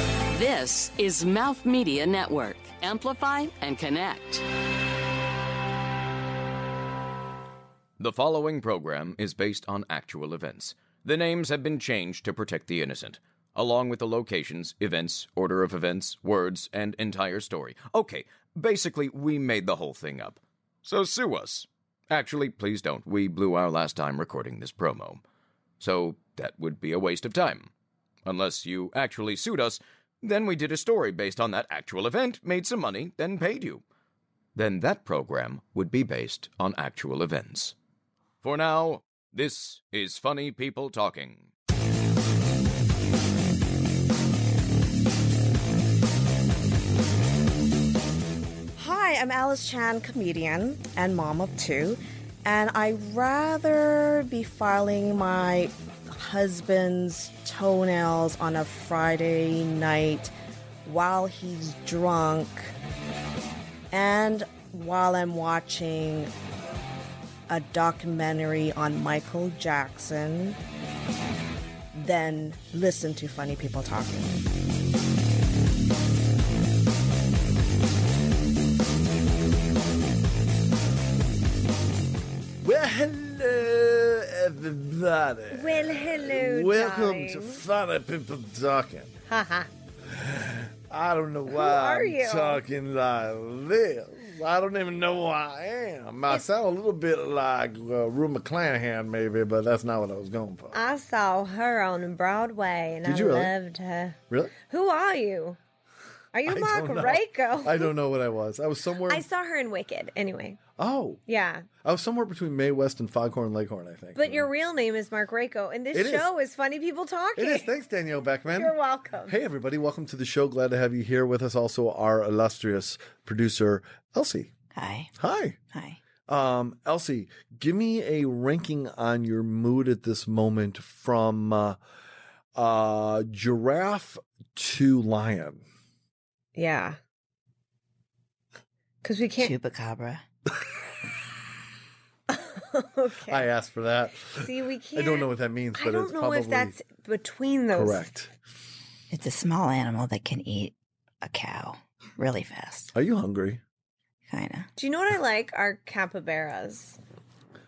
This is Mouth Media Network. Amplify and connect. The following program is based on actual events. The names have been changed to protect the innocent, along with the locations, events, order of events, words, and entire story. Okay, basically, we made the whole thing up. So sue us. Actually, please don't. We blew our last time recording this promo. So that would be a waste of time. Unless you actually sued us, then we did a story based on that actual event, made some money, then paid you. Then that program would be based on actual events. For now, this is Funny People Talking. Hi, I'm Alice Chan, comedian and mom of two, and I rather be filing my husband's toenails on a Friday night while he's drunk and while I'm watching a documentary on Michael Jackson than listen to funny people talking. Well, hello, everybody. Well, hello, Welcome to darling. Funny People Talking. Haha. I don't know why are I'm you? talking like this. I don't even know who I am. I sound a little bit like uh, Rue McClanahan, maybe, but that's not what I was going for. Uh, I saw her on Broadway and Did I you really? loved her. really? Who are you? Are you I Mark don't know. Rako? I, I don't know what I was. I was somewhere. saw her in Wicked. Anyway, oh, yeah. I was somewhere between May West and Foghorn Leghorn, I think. But your real name is Mark Rako, and this It is. show is. funny people talking. It is. Thanks, Danielle Beckman. You're welcome. Hey, everybody. Welcome to the show. Glad to have you here with us. Also, our illustrious producer, Elsie. Hi. Hi. Hi. Um, Elsie, give me a ranking on your mood at this moment from uh, uh, giraffe to lion. Yeah. Because we can't. Chupacabra. okay. I asked for that. See, we can't. I don't know what that means, I but don't it's know probably if that's between those. correct. It's a small animal that can eat a cow really fast. Are you hungry? Kind of. Do you know what I like? Are capybaras.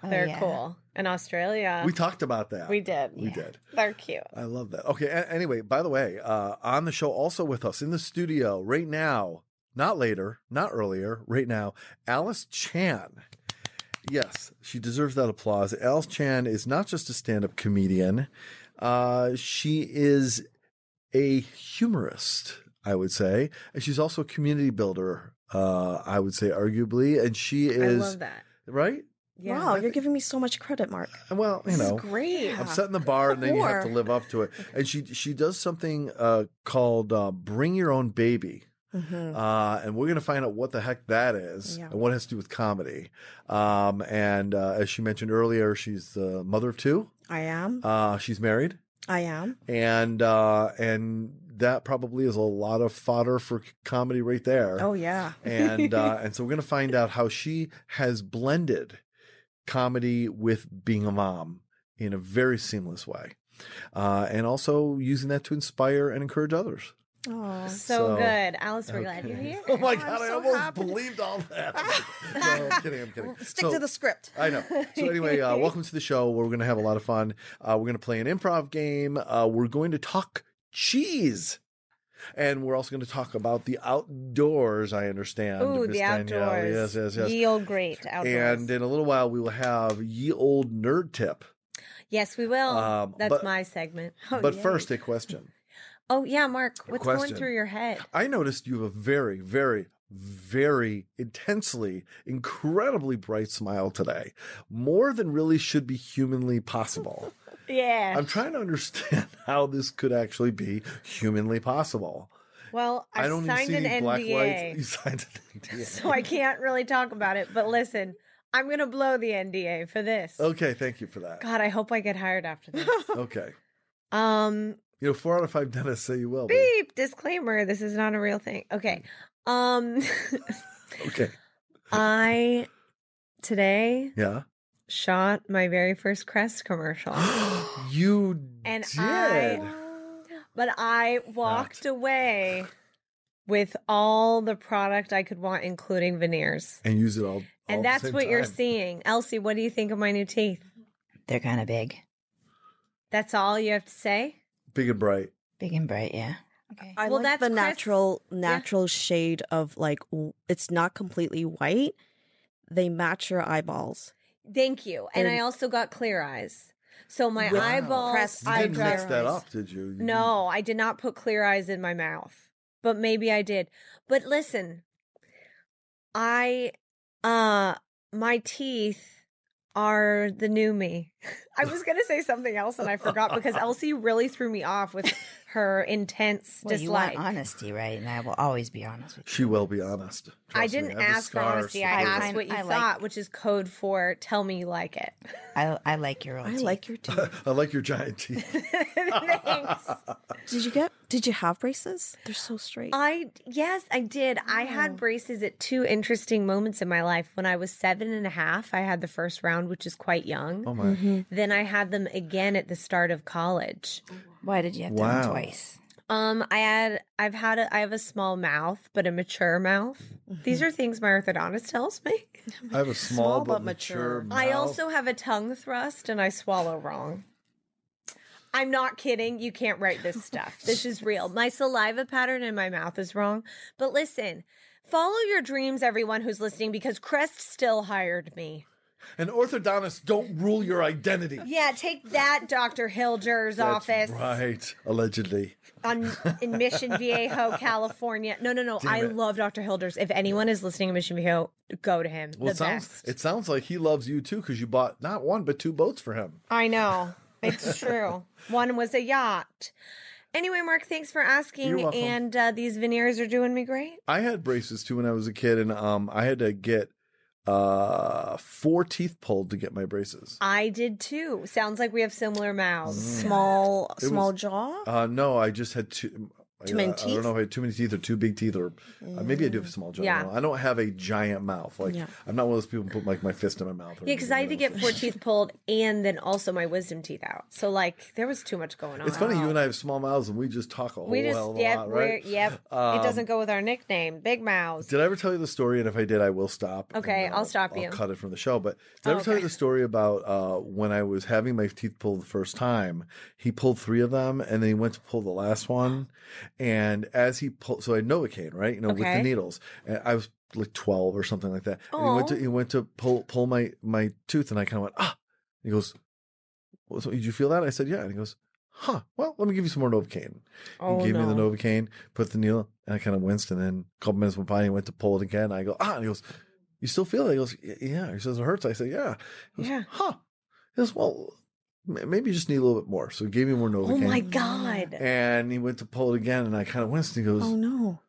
Oh, They're cool. In Australia. We talked about that. We did. We did. They're cute. I love that. Okay. A- anyway, by the way, uh, on the show, also with us in the studio right now, not later, not earlier, right now, Alice Chan. Yes, she deserves that applause. Alice Chan is not just a stand up comedian, uh, she is a humorist, I would say. And she's also a community builder, uh, I would say, arguably. And she is, I love that. right? Yeah. Wow, you're giving me so much credit, Mark. Well, you know. Great. I'm setting the bar, and then you have to Or- live up to it. And she she does something uh, called uh, "Bring Your Own Baby," Mm-hmm. uh, and we're going to find out what the heck that is Yeah. and what it has to do with comedy. Um, and uh, as she mentioned earlier, she's the mother of two. I am. Uh, she's married, I am. and uh, and that probably is a lot of fodder for c- comedy right there Oh, yeah. and uh, and so we're gonna find out how she has blended comedy with being a mom in a very seamless way, uh, and also using that to inspire and encourage others. Oh. So, So- good. Alice, we're glad you're here. Oh my I'm god, I so almost happy. believed all that. no, I'm kidding. I'm kidding. Stick So- to the script. I know. So anyway, uh, welcome to the show. We're going to have a lot of fun. Uh, we're going to play an improv game. Uh, we're going to talk cheese, and we're also going to talk about the outdoors. I understand. Ooh, Miss the Danielle. Yes, outdoors. yes, yes. Ye olde great outdoors. And in a little while, we will have ye old nerd tip. yes, we will. Um, That's but- my segment. but yay. first, a question. Oh yeah, Mark, what's Question. going through your head? I noticed you have a very, very, very intensely, incredibly bright smile today, more than really should be humanly possible. Yeah. I'm trying to understand how this could actually be humanly possible. well, I, I don't even signed see an any black NDA, lights. You signed an NDA. so I can't really talk about it. But listen, I'm gonna blow the NDA for this. Okay, thank you for that. God, I hope I get hired after this. Okay. um, You know, four out of five dentists say you will. but- beep. Disclaimer: This is not a real thing. Okay. Um, Okay. I today Yeah. shot my very first Crest commercial. you And did. I- But I walked away with all the product I could want, including veneers. and use it all. all at the and that's same what you're time. seeing. Elsie, what do you think of my new teeth? They're kind of big, That's all you have to say? Big and bright. big and bright. Yeah. Okay. I Well, like that's the Chris- natural natural shade of like w- it's not completely white. They match your eyeballs. Thank you. And They're- I also got clear eyes. So my Wow. eyeballs, Pressed You I didn't got mix clear that eyes. up, did you? You No, I did not put clear eyes in my mouth, but maybe I did. But listen, I, uh, my teeth are the new me. I was gonna say something else and I forgot because Elsie really threw me off with her intense Well, you dislike. want honesty, right? And I will always be honest with didn't- She will be honest. I Trust me, didn't have the ask for scars honesty. to I I prove asked kind- it. what you I like- thought, which is code for "tell me you like it." you. I, I like your old I teeth. like your teeth. I like your giant teeth. Thanks. did you get? Did you have braces? They're so straight. I yes, I did. I had braces at two interesting moments in my life. When I was seven and a half, I had the first round, which is quite young. Oh my! Then I had them again at the start of college. Why did you have Wow. them twice? Um, I had I've had a I have a small mouth, but a mature mouth. These are things my orthodontist tells me. I have a small, Small but, but mature. mature. I mouth. also have a tongue thrust and I swallow wrong. I'm not kidding. You can't write this stuff. This is real. My saliva pattern in my mouth is wrong. But listen, follow your dreams, everyone who's listening, because Crest still hired me. And orthodontists don't rule your identity. Yeah, take that, Dr. Hilger's That's office Right. Allegedly. on in Mission Viejo, California. No, no, no. I it. love Dr. Hilger's. If anyone is listening in Mission Viejo, go to him. Well, the it sounds best. it sounds like he loves you too because you bought not one but two boats for him. I know. It's true. One was a yacht. Anyway, Mark, thanks for asking. You're welcome. And uh, these veneers are doing me great. I had braces too when I was a kid, and um, I had to get uh four teeth pulled to get my braces. I did too. Sounds like we have similar mouths. Mm. small It small was- jaw. Uh, no, I just had two. Too many I, I don't know if I had too many teeth or too big teeth, or uh, maybe I do have a small jaw. Mm, Yeah. I don't know. I don't have a giant mouth. Like Yeah. I'm not one of those people who put like my fist in my mouth. or Yeah, anything, because I had to you know, get so- four teeth pulled and then also my wisdom teeth out. So, like, there was too much going on. It's funny you and I have small mouths, and we just talk a whole Oh. We just, hell of a yep, lot, we're, right? Um, yep. it doesn't go with our nickname, Big Mouths. Did I ever tell you the story? And if I did, I will stop. and, Okay, I'll stop you. I'll cut it from the show. But did I ever Oh, tell you okay. the story about uh, when I was having my teeth pulled the first time? He pulled three of them, and then he went to pull the last one. And as he pulled, so I had Novocaine, right? You know, with Okay. the needles. And I was like twelve or something like that. And he went to Aw. he went to pull pull my my tooth, and I kind of went ah. He goes, well, so "Did you feel that?" I said, "Yeah." And he goes. Huh. Well, let me give you some more Novocaine. Oh, he gave me the no. Novocaine, put the needle, and I kind of winced. And then a couple minutes went by, and he went to pull it again. I go, ah, and he goes, you still feel it? He goes, "Y- yeah. He says, it hurts. I say, yeah. He goes, Yeah. Huh. He goes, well, m- maybe you just need a little bit more. So he gave me more Novocaine. Oh, my God. And he went to pull it again, and I kind of winced. And he goes, Oh no.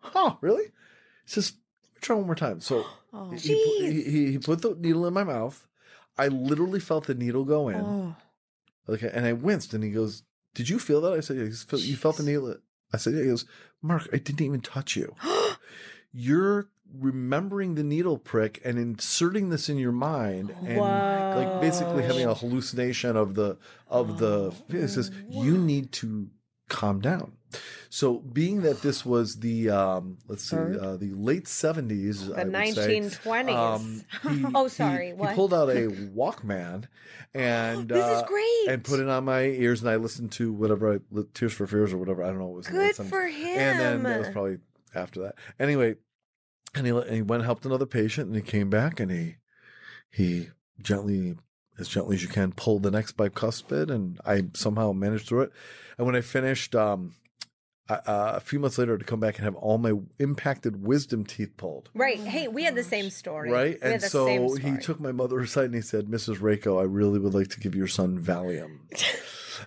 huh, really? He says, let me try one more time. So Oh. he, pu- he, he, he put the needle in my mouth. I literally felt the needle go in. Oh. Okay, and I winced, and he goes, "Did you feel that?" I said, yeah, he goes, "You felt the needle." I said, yeah. "He goes, Mark, I didn't even touch you. You're remembering the needle prick and inserting this in your mind, and like basically having a hallucination of the of Oh, the." He says, "You need to calm down." So, being that this was the um, let's see, uh, the late seventies, The 1920s. Oh, sorry, um, He, what? pulled out a Walkman, and This is uh, great. and put it on my ears, and I listened to whatever I li- Tears for Fears or whatever. I don't know. It was in the Good late 70s. for And then that was him. probably after that. Anyway, and he, and he went and helped another patient, and he came back, and he he gently, as gently as you can, pulled the next bicuspid, and I somehow managed through it. And when I finished, um, I, uh, a few months later, to come back and have all my impacted wisdom teeth pulled. Right. Hey, we had the same story. Right, We had and the same so he story. took my mother aside and he said, "Mrs. Rako, I really would like to give your son Valium,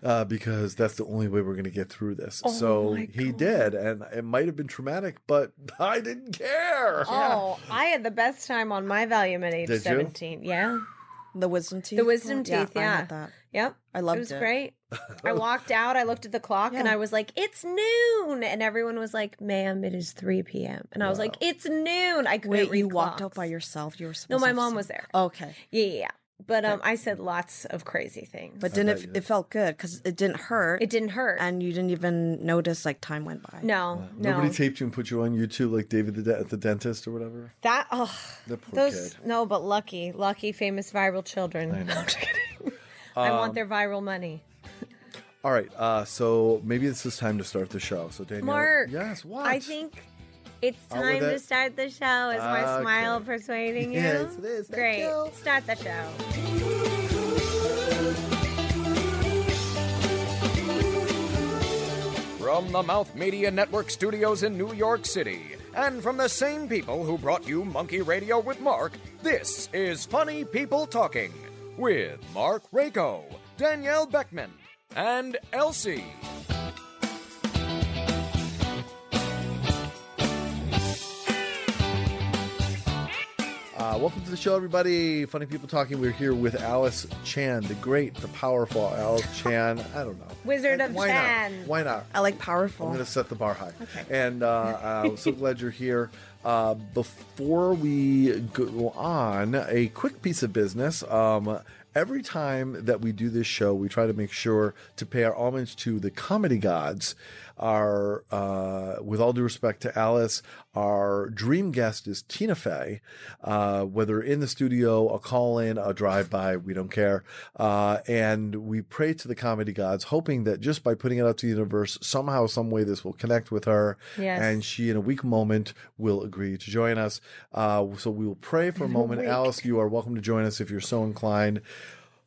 uh, because that's the only way we're going to get through this." Oh so he did, and it might have been traumatic, but I didn't care. Oh, I had the best time on my Valium at age Did you? 17. Yeah. The wisdom teeth. The wisdom teeth, I yeah. had that. Yep. I loved it. was it. great. I walked out, I looked at the clock, and Yeah. I was like, it's noon. And everyone was like, ma'am, it is 3 p.m. And I was like, it's noon. I couldn't Wait, read you walked clocks. out by yourself? You were No, supposed my to have mom some- was there. Okay. Yeah, yeah, yeah. But um, I said lots of crazy things. But I didn't bet it, you it did. felt good because it didn't hurt. it didn't hurt. and you didn't even notice like time went by. no, no, Nobody taped you and put you on YouTube like David the de- at the dentist or whatever. that. Oh, The poor those kid. no, but lucky, lucky, famous viral children. I know. Um, I'm just kidding. I want their viral money. All right, uh, so maybe this is time to start the show. So Danielle, Mark. yes, what? I think it's Out with time to it. start the show. Is my Okay. smile persuading you? Yes, it is. Thank Great. you. Start the show. From the Mouth Media Network studios in New York City, and from the same people who brought you Monkey Radio with Mark, this is Funny People Talking with Mark Rako, Danielle Beckman, and Elsie. Uh, welcome to the show, everybody. Funny people talking. We're here with Alice Chan, the great, the powerful Alice Chan. I don't know. Wizard of Why Chan. Not? Why not? I like I'm powerful. going to set the bar high. And uh, I'm so glad you're here. Uh, before we go on, a quick piece of business. Um, every time that we do this show, we try to make sure to pay our homage to the comedy gods. Our, uh, with all due respect to Alice, our dream guest is Tina Fey. Uh, whether in the studio, a call in, a drive by, we don't care. Uh, and we pray to the comedy gods, hoping that just by putting it out to the universe, somehow, some way, this will connect with her. Yes. And she, in a weak moment, will agree to join us. Uh, so we will pray for a moment. Alice, you are welcome to join us if you're so inclined.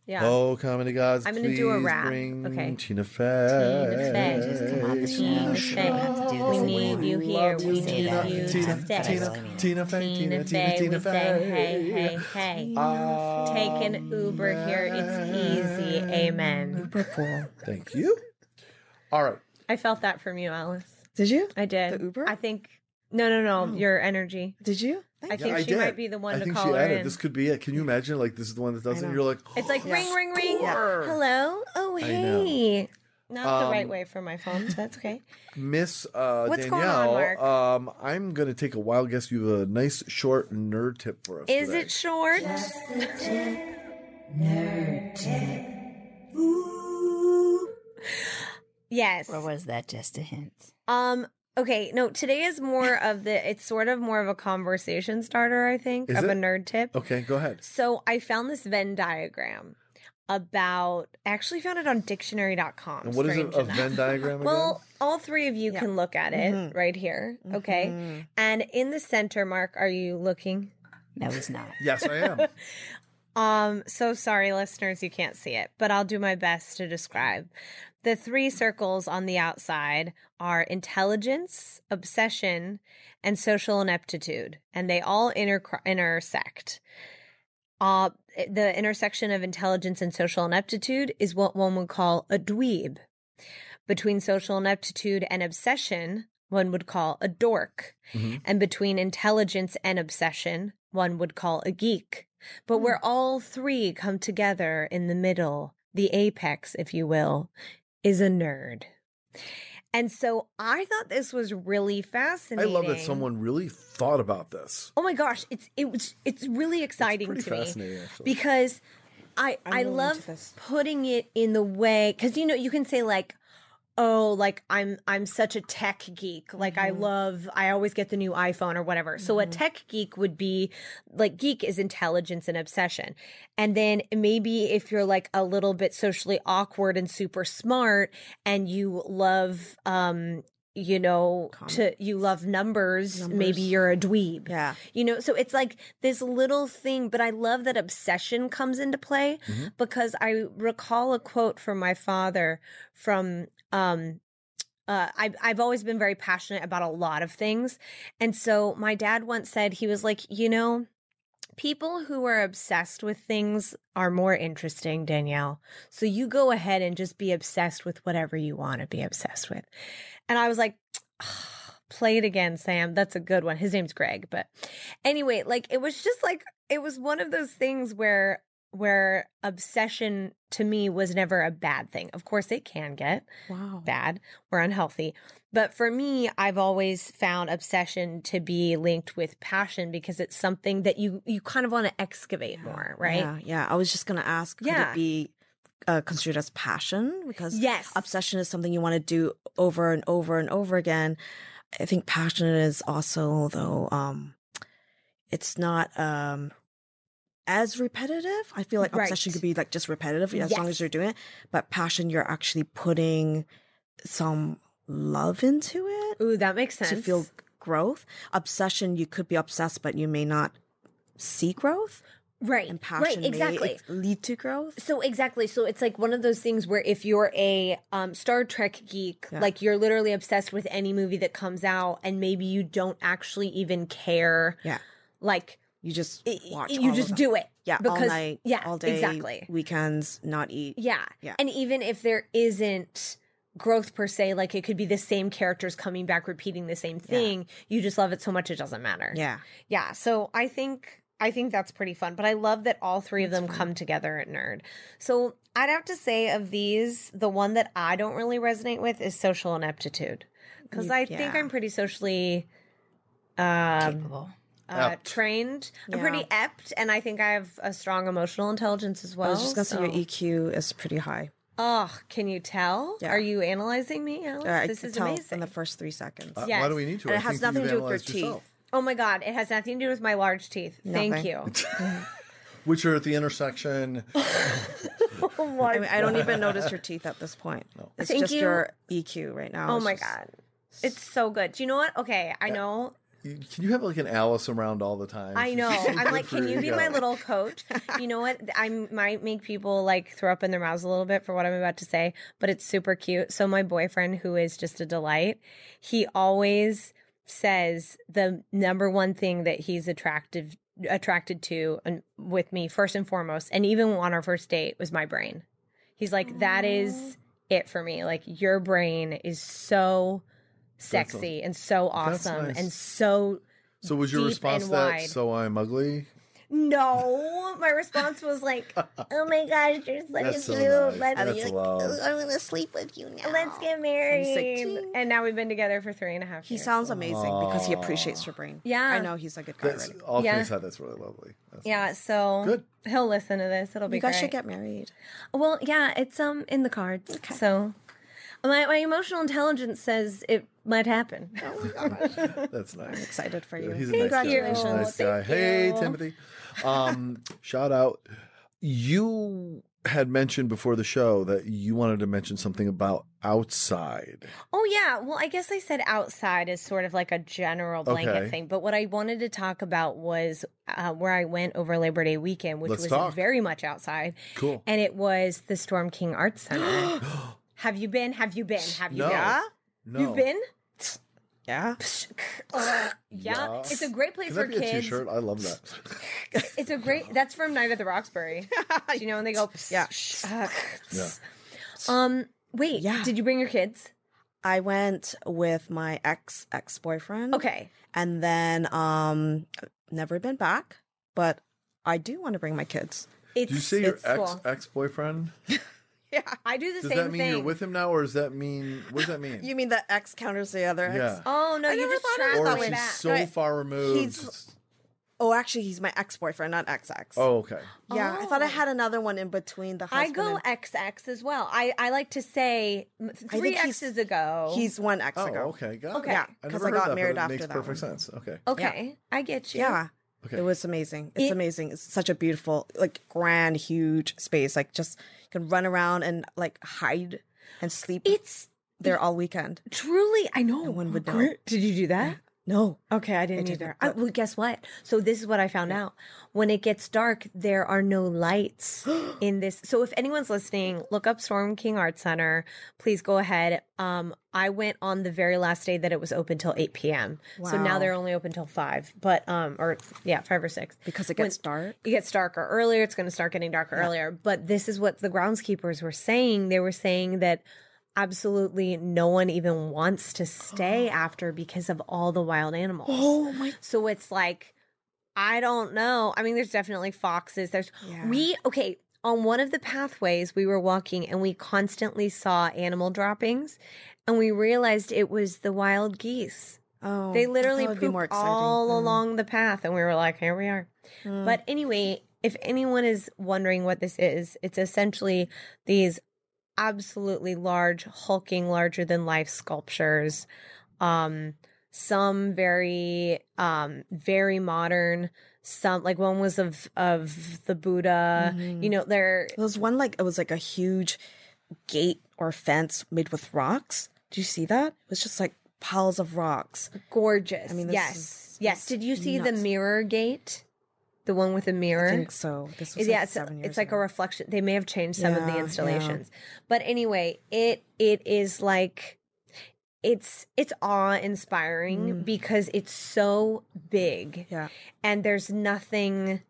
Yeah. Oh, comedy gods! I'm gonna do a please rap. Bring Okay. Tina Fey. Tina Fey. Just come on the show. Tina She don't have to do We this anymore. need you here. you, We need Tina, you Tina, to Tina, stay. Tina, Tina, Tina Fey, Tina, Tina, Tina we say, hey, Fey. hey, hey. Ah. Take an Uber here. It's easy. Amen. Thank you. All right. I felt that from you, Alice. Did you? I did. The Uber? I think. No, no, no. Your energy. Did you? I think she might be the one Oh. I to think call she her added. in. This could be it. Can you imagine? Like this is the one that doesn't. know. You're like, "Oh, It's like ring, ring, ring. Score. Hello. know. Oh, hey. Not the Um, right way for my phone. but That's okay. Miss uh, What's going on, Danielle. Mark? Um, I'm gonna take a wild guess. You have a nice short nerd tip for us. Is today. it short? Yes. Or was that just a hint? Um. Okay. No. Today is more of the. It's sort of more of a conversation starter. I think Is of a it? nerd tip. okay, go ahead. So I found this Venn diagram about I actually found it on dictionary.com. And what is strange a, a enough. Venn diagram again? Well, all three of you Yeah. can look at it Mhm. right here. Okay. Mhm. And in the center, Mark, are you looking? No, it's not. yes, I am. Um, so sorry, listeners, you can't see it, but I'll do my best to describe. The three circles on the outside are intelligence, obsession, and social ineptitude, and they all inter- intersect. Uh, the intersection of intelligence and social ineptitude is what one would call a dweeb. Between social ineptitude and obsession, one would call a dork. Mm-hmm. And between intelligence and obsession, one would call a geek. But Hmm. where all three come together in the middle, the apex, if you will, is a nerd. And so I thought this was really I fascinating. love that someone really thought about this. Oh my gosh, it's it was it's really exciting pretty to me fascinating, actually. because I i really into love this. putting it in the way because you know you can say like oh like I'm I'm such a tech geek like Mm-hmm. I love I always get the new iPhone or whatever so a tech geek would be like geek is intelligence and obsession and then maybe if you're like a little bit socially awkward and super smart and you love um you know to you love numbers, maybe Numbers. you're a dweeb Yeah. you know, so it's like this little thing, but I love that obsession comes into play because I recall a quote from my father from um uh, I, I've always been very passionate about a lot of things. And so my dad once said, he was like, you know, people who are obsessed with things are more interesting, Danielle. So you go ahead and just be obsessed with whatever you want to be obsessed with. And I was like, play it again, Sam. That's a good one. His name's Greg. But anyway, like it was just like, it was one of those things where where obsession to me was never a bad thing. Of course, it can get Wow. bad or unhealthy. But for me, I've always found obsession to be linked with passion because it's something that you you kind of want to excavate more, right? Yeah, yeah. I was just gonna ask. Could Yeah. it be uh, construed as passion because Yes. obsession is something you want to do over and over and over again. I think passion is also though um, it's not um, as repetitive. I feel like obsession Right. could be like just repetitive as long Yes. as you're doing it, but passion you're actually putting some love into it Ooh, that makes sense. to feel growth. Obsession you could be obsessed, but you may not see growth right. and passion right, exactly. may lead to growth. So exactly. So it's like one of those things where if you're a um, Star Trek geek, like you're literally obsessed with any movie that comes out, and maybe you don't actually even care. Yeah. Like You just i- i- watch. you just do it. Yeah, all night. yeah, all day. Exactly. Weekends, not eat. Yeah. Yeah. And even if there isn't growth per se, like it could be the same characters coming back repeating the same thing. You just love it so much it doesn't matter. Yeah. Yeah. So I think I think that's pretty fun. But I love that all three of them come together at Nerd. So I'd have to say of these, the one that I don't really resonate with is social ineptitude. Because You- I think yeah. I'm pretty socially um, Capable. uh, Apt. trained. I'm pretty apt, and I think I have a strong emotional intelligence as well. I was just gonna so- say your EQ is pretty high. Oh, can you tell? Yeah. Are you analyzing me, Alice? Uh, I this could is tell amazing. in the first three seconds. Uh, Why Yes. do we need to? And it I has think nothing you've to do with your analyzed teeth. yourself, oh my god, it has nothing to do with my large teeth. Thank Nothing. you. Which are at the intersection. oh my, I mean, I don't even notice your teeth at this point. It's Thank just you. your EQ right now. oh is my just- god. It's so good. Do you know what? Okay, I know. You- Can you have like an Alice around all the time? I She's know. so I'm good like, for can your you be my ego. little coach? You know what? I might make people like throw up in their mouths a little bit for what I'm about to say, but it's super cute. So my boyfriend, who is just a delight, he always says the number one thing that he's attractive attracted to and with me first and foremost, and even on our first date was my brain. He's like, that is it for me. Like your brain is so sexy and so that's awesome nice. and so So was your deep response and that wide. so I'm ugly? No, my response was like, "Oh my gosh, you're such That's a so cute. nice. Let's That's wild. I'm gonna sleep with you now. let's get married." "Ting." and now we've been together for three and a half. He years. sounds amazing because he appreciates your brain. Yeah. I know he's a good guy. That's Already. all Yeah. things aside, that's really lovely. That's yeah. So Good. He'll listen to this. It'll be You guys great. should get married. well, yeah, it's um in the cards. Okay. So my my emotional intelligence says it might happen. That's nice. Excited for you. He's a nice guy. He's a Congratulations. nice guy. Thank Hey, you. Timothy. Um, shout out. You had mentioned before the show that you wanted to mention something about outside. Oh yeah, well I guess I said outside is sort of like a general blanket Okay. thing, but what I wanted to talk about was uh, where I went over Labor Day weekend, which Let's was talk. very much outside. Cool. And it was the Storm King Arts Center. have you been? Have you been? Have you No. been? No. You've been? yeah. Uh, yeah. Yeah. It's a great place Can for that be a kids. t-shirt? I love that. It's a great that's from Night at the Roxbury. Do you know when they go Yeah. uh, yeah. Um wait, Yeah. did you bring your kids? I went with my ex ex boyfriend. Okay. and then um never been back but i do want to bring my kids It's Do you say your it's ex cool. ex boyfriend? I do the Does same that mean thing. you're with him now, or does that mean what does that mean? you mean the ex counters the other yeah. ex Oh no, I you never just thought of it traveled that or way. way she's back. so Right. far removed. He's- oh actually he's my ex-boyfriend not ex-ex Oh, okay. yeah i thought i Oh. had another one in between the I husband go and- XX as well. I, I like to say m- I three think he's- X's ago. he's one ex Oh, ago okay. Got Okay. It. Yeah, I 'cause never I heard got that, but married it after makes that perfect one. sense. Okay. okay. I get you. yeah Okay. it was amazing it's It- amazing it's such a beautiful like grand huge space like just you can run around and like hide and sleep It's there all weekend truly. I know. one would know. Great. Did you do that? no Okay, I didn't didn't, either. I, but- well, guess what? So this is what I found out. When it gets dark, there are no lights in this. So if anyone's listening, look up Storm King Art Center. Please go ahead. Um, I went on the very last day that it was open till eight p.m. So now Wow. they're only open till five. But um, or yeah, five or six. because it When- gets dark it gets darker earlier. It's going to start getting darker earlier. But this is what the groundskeepers were saying. They were saying that absolutely no one even wants to stay after because of all the wild animals. Oh my So it's like I don't know. I mean, there's definitely foxes. There's Yeah. we okay on one of the pathways we were walking, and we constantly saw animal droppings, and we realized it was the wild geese. oh, I they thought literally it would poop all along the path, and we were like, here we are. Mm. But anyway, if anyone is wondering what this is, it's essentially these absolutely large, hulking, larger than life sculptures. Um, some very, um, very modern. Some like one was of of the Buddha. Mm-hmm. You know, they're There was one like it was like a huge gate or fence made with rocks. Do you see that? It was just like piles of rocks. gorgeous. I mean, this yes, is- yes. this Did you see the nuts. mirror gate? The one with the mirror. I think so. This was yeah, like it's, seven years it's like a ago. reflection. They may have changed some of Yeah, the yeah. installations, but anyway, it it is like it's it's awe inspiring Mm. because it's so big yeah, and there's nothing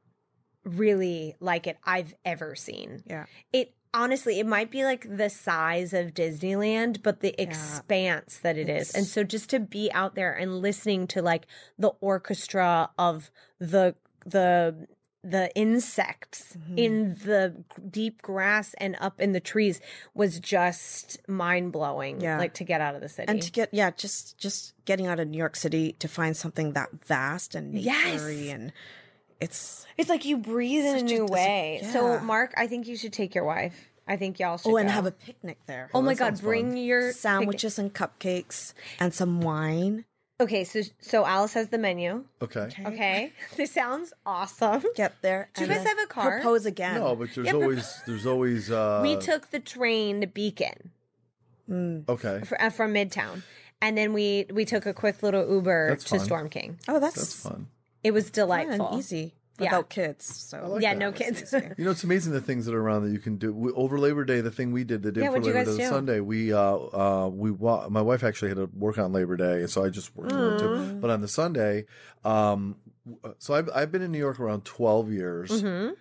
really like it I've ever seen. yeah. It honestly, it might be like the size of Disneyland, but the expanse that it is. And It's- so just to be out there and listening to like the orchestra of the the the insects in the g- deep grass and up in the trees was just mind blowing. Yeah. Like to get out of the city. And to get yeah, just just getting out of New York City to find something that vast and Yes. naturey and it's it's like you breathe in a Such a new dis- way. So yeah. Mark, I think you should take your wife. I think y'all should oh, and go. have a picnic there. Oh my that god, sounds bring fun. your pic- sandwiches and cupcakes and some wine. Okay, so so Alice has the menu. Okay. Okay, this sounds awesome. Get there. Do you and guys then have a car? Propose again. No, but there's Yeah, but- always there's always uh we took the train to Beacon Okay. fr- uh, from Midtown, and then we we took a quick little Uber That's to fun. Storm King. oh, that's, That's fun. It was fun and delightful, easy Yeah. without kids. So like yeah, that. no kids. You know, it's amazing the things that are around that you can do. We, over Labor Day, the thing we did, the day Yeah, for what'd you Labor guys Day, the do? Sunday, we uh, uh, we wa- my wife actually had to work on Labor Day, so I just worked for her too. But on the Sunday, um, w- so I've I've been in New York around twelve years, Mhm.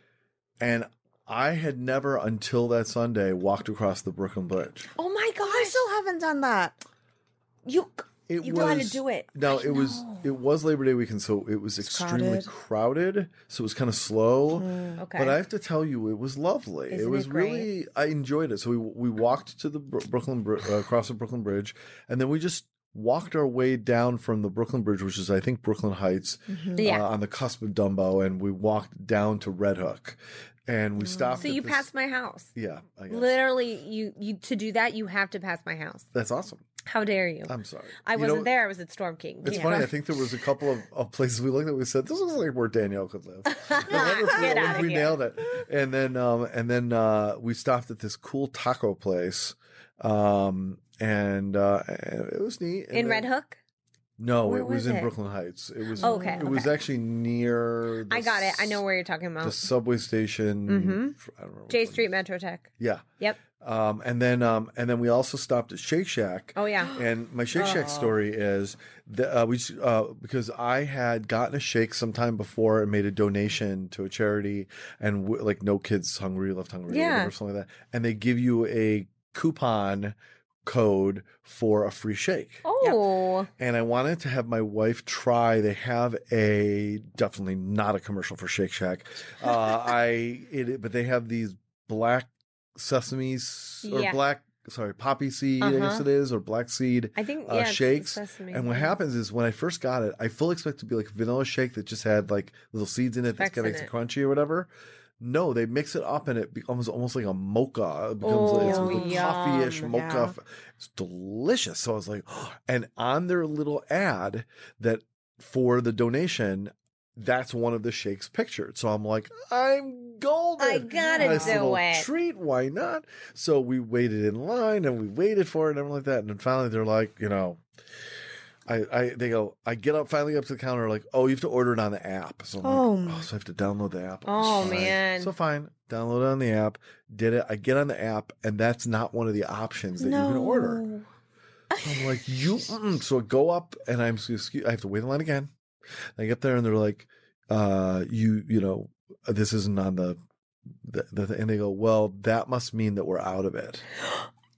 and I had never until that Sunday walked across the Brooklyn Bridge. Oh my I gosh! still haven't done that. you It you gotta do it. No, it was it was Labor Day weekend, so it was extremely crowded. crowded. so it was kind of slow. okay. But I have to tell you, it was lovely. Isn't it was it great? really. I enjoyed it. So we we walked to the Bro- Brooklyn Bri- uh, across the Brooklyn Bridge, and then we just walked our way down from the Brooklyn Bridge, which is I think Brooklyn Heights, Yeah. uh, on the cusp of Dumbo, and we walked down to Red Hook, and we stopped. so at you this- passed my house. Yeah, I guess. Literally, you you to do that you have to pass my house. that's awesome. How dare you? I'm sorry. I Um, You wasn't know, there. I was at Storm King. It's Yeah. funny. I think there was a couple of, of places we looked at. We said this looks like where Danielle could live. We'll never Get forget when outta we here. nailed it. And then um, and then uh, we stopped at this cool taco place, um, and uh, it was neat. And in then- Red Hook. No, Where it was, was in it? Brooklyn Heights. It was Oh, okay, It was okay. actually near. The I got it. I know s- where you're talking about. the subway station. I don't remember. J which one. Street Metro Tech. Yeah. Yep. Um, and then um, and then we also stopped at Shake Shack. Oh, yeah. And my Shake Shack story is that uh, we s- uh, because I had gotten a shake sometime before and made a donation to a charity and w- like no kids hungry left hungry Yeah. or something like that. And they give you a coupon code for a free shake. Oh. And I wanted to have my wife try. They have a definitely not a commercial for Shake Shack. Uh, I it, but they have these black sesame s- or Yeah. black sorry poppy seed I guess Uh-huh. it is or black seed I think uh, yeah, it's the shakes. sesame. And what happens is when I first got it, I fully expected to be like vanilla shake that just had like little seeds in it that's Specks gonna in make it it. crunchy or whatever. No, they mix it up and it becomes almost like a mocha. It becomes like, it's a Oh, little coffee-ish yum. mocha. Yeah. It's delicious. So I was like, and on their little ad that for the donation, that's one of the shakes pictured. So I'm like, I'm golden. I gotta nice do little it. Treat, why not? So we waited in line and we waited for it and everything like that. And then finally, they're like, you know, I, I they go, I get up finally up to the counter, like, oh, you have to order it on the app. So I'm Oh. like, oh, so I have to download the app. Oh, Fine. man. So fine, download it on the app. Did it? I get on the app, and that's not one of the options that you can order. No. I'm like, you. Mm. So I go up, and I'm so excuse, I have to wait in line again. I get there, and they're like, uh, you, you know, this isn't on the, the, the thing. and they go, well, that must mean that we're out of it.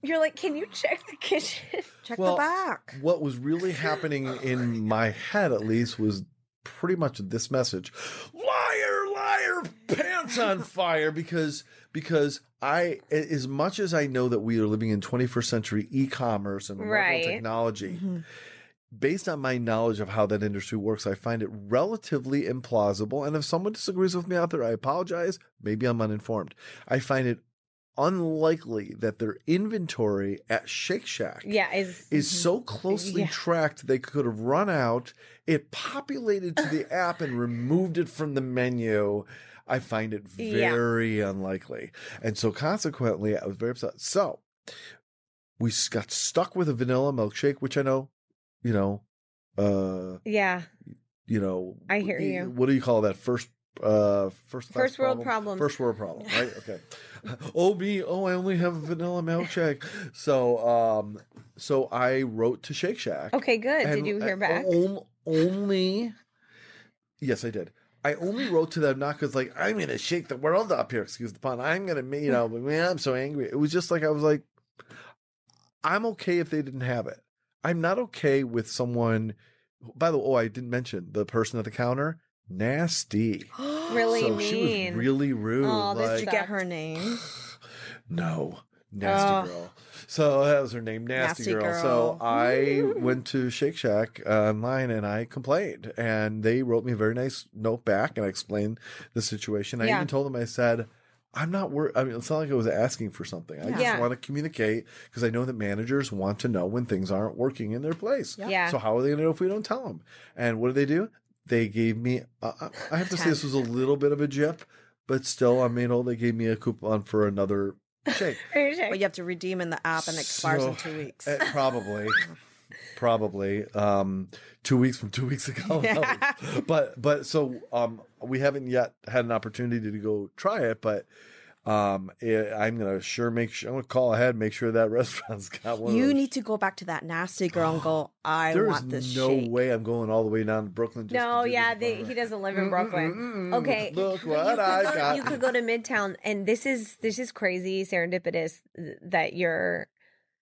You're like, can you check the kitchen? Check Well, the back. What was really happening in my head, at least, was pretty much this message liar liar pants on fire because because i a- as much as i know that we are living in 21st century e-commerce and wonderful Right. Mm-hmm. technology Mhm. based on my knowledge of how that industry works i find it relatively implausible and if someone disagrees with me out there i apologize maybe i'm uninformed i find it unlikely that their inventory at shake shack Yeah, is is so closely Mm-hmm. Yeah. tracked they could have run out. It populated to the app and removed it from the menu. I find it Yeah. very unlikely. And so consequently, I was very upset. So we s- got stuck with a vanilla milkshake, which I know, you know, uh, yeah, you know, I hear e- you. What do you call that? First, uh, first, class First world problem. First world problem, right? Okay. oh me, oh I only have a vanilla milkshake. So, um, so I wrote to Shake Shack. Okay, good. and- Did you hear uh, back? on- only. Yes, I did. I only wrote to them not because like I'm gonna shake the world up here. Excuse the pun. I'm gonna, ma- you know, but man, I'm so angry. It was just like I was like, I'm okay if they didn't have it. I'm not okay with someone. By the way, oh, I didn't mention the person at the counter. Nasty. Really so she was mean. Oh, really rude. Aw, this like, Did you get her name? no, nasty Ugh. girl. So that was her name, nasty, Nasty girl. Girl. So I Mm. went to Shake Shack uh, online and I complained, and they wrote me a very nice note back, and I explained the situation. I Yeah. even told them I said. I'm not worried. I mean, it's not like I was asking for something. I just Yeah. want to communicate because I know that managers want to know when things aren't working in their place. Yeah. So how are they going to know if we don't tell them? And what do they do? They gave me. Uh, uh, I have to say this was a little bit of a jip, but still, I mean, oh, they gave me a coupon for another shake. But you have to redeem in the app and it expires in So, two weeks. eh, probably, probably um, two weeks from two weeks ago. Yeah. but but so um, we haven't yet had an opportunity to go try it, but. Um, eh, I'm gonna sure make sure. I'm gonna call ahead, make sure that restaurant's got one. of you those. need to go back to that nasty girl and go, I There is want this no shake. way I'm going all the way down to Brooklyn. Just Mm, to No, do this yeah, they, experiment. he doesn't live in Brooklyn. Okay, Look but you what could I go to- got. You could go to Midtown, and this is this is crazy serendipitous th- that you're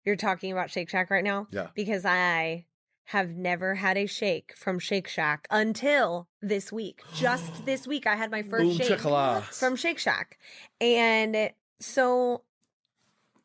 you're talking about Shake Shack right now. Yeah. because I have never had a shake from Shake Shack until this week. Just this week, I had my first Boom shake chicka-la. from Shake Shack, and so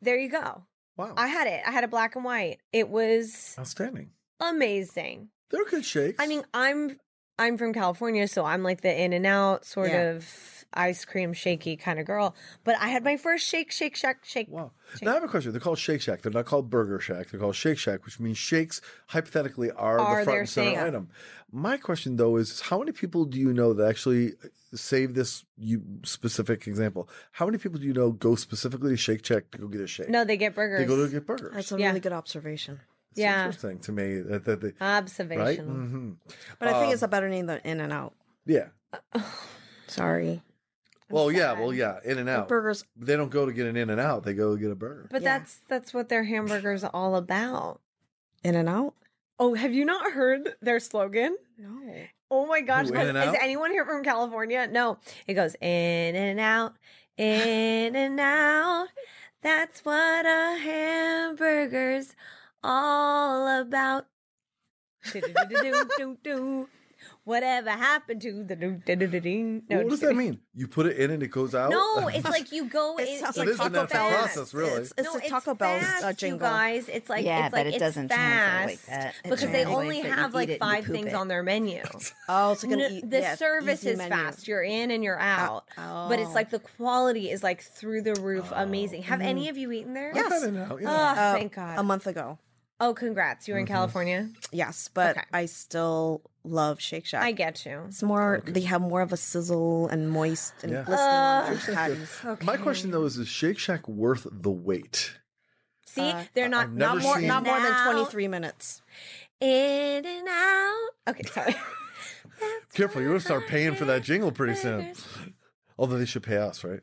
there you go. Wow. I had it. I had a black and white. It was Outstanding. amazing. They're good shakes. I mean, I'm I'm from California, so I'm like the in and out sort Yeah. of ice cream shaky kind of girl. But I had my first shake, shake, shack, shake. Wow. Shake. Now I have a question. They're called Shake Shack. They're not called Burger Shack. They're called Shake Shack, which means shakes hypothetically are, the Are front their and center thing. item. My question though is, how many people do you know that actually save this you specific example? How many people do you know go specifically to Shake Shack to go get a shake? No, they get burgers. they go to get burgers. That's a Yeah. really good observation. It's yeah. interesting to me that, that they right. Observational. Mm-hmm. But I think it's Um, a better name than In and Out. Yeah. Sorry. Well, yeah. sad. Well, yeah. In and The out. burgers. They don't go to get an in and out. They go get a burger. But Yeah. that's that's what their hamburgers all about. In and Out? Oh, have you not heard their slogan? No. Oh my gosh, Who, guys, In-N-Out? is anyone here from California? No. It goes in and out, in and out. That's what a hamburger's all about. Do-do-do-do-do-do. Whatever happened to the do do do do ding. No, what just does that kidding. mean? You put it in and it goes out. No, it's like you go It in. sounds It like is a Taco natural Bell. process, really. It's, it's No, a Taco Bell fast, uh, you jingle. guys. It's like yeah, it's but like it it's doesn't fast translate like that. It because they translates only that you have eat like it and you five poop things it. on their menu. Oh, it's gonna N- eat. the yeah, service easy is menu. Uh, fast. You're in and you're out. But it's oh. Mm-hmm. like the quality is like through the roof. Amazing. Have any of you eaten there? Oh. I've been in and out. Yeah. Mm-hmm. Oh, Uh, thank God. A month ago. oh, congrats. You were in California. Yes, but Okay. I still love Shake Shack. I get you. It's more. They have more of a sizzle and moist and Yeah. glistening on their Shake Shack's good. patties. My question though is: Is Shake Shack worth the wait? See, Uh, they're not I've Not never more. seen- Not more than out, twenty three minutes. In and out. Okay, sorry. Careful, you're gonna start paying for that jingle pretty soon. Although they should pay us, right?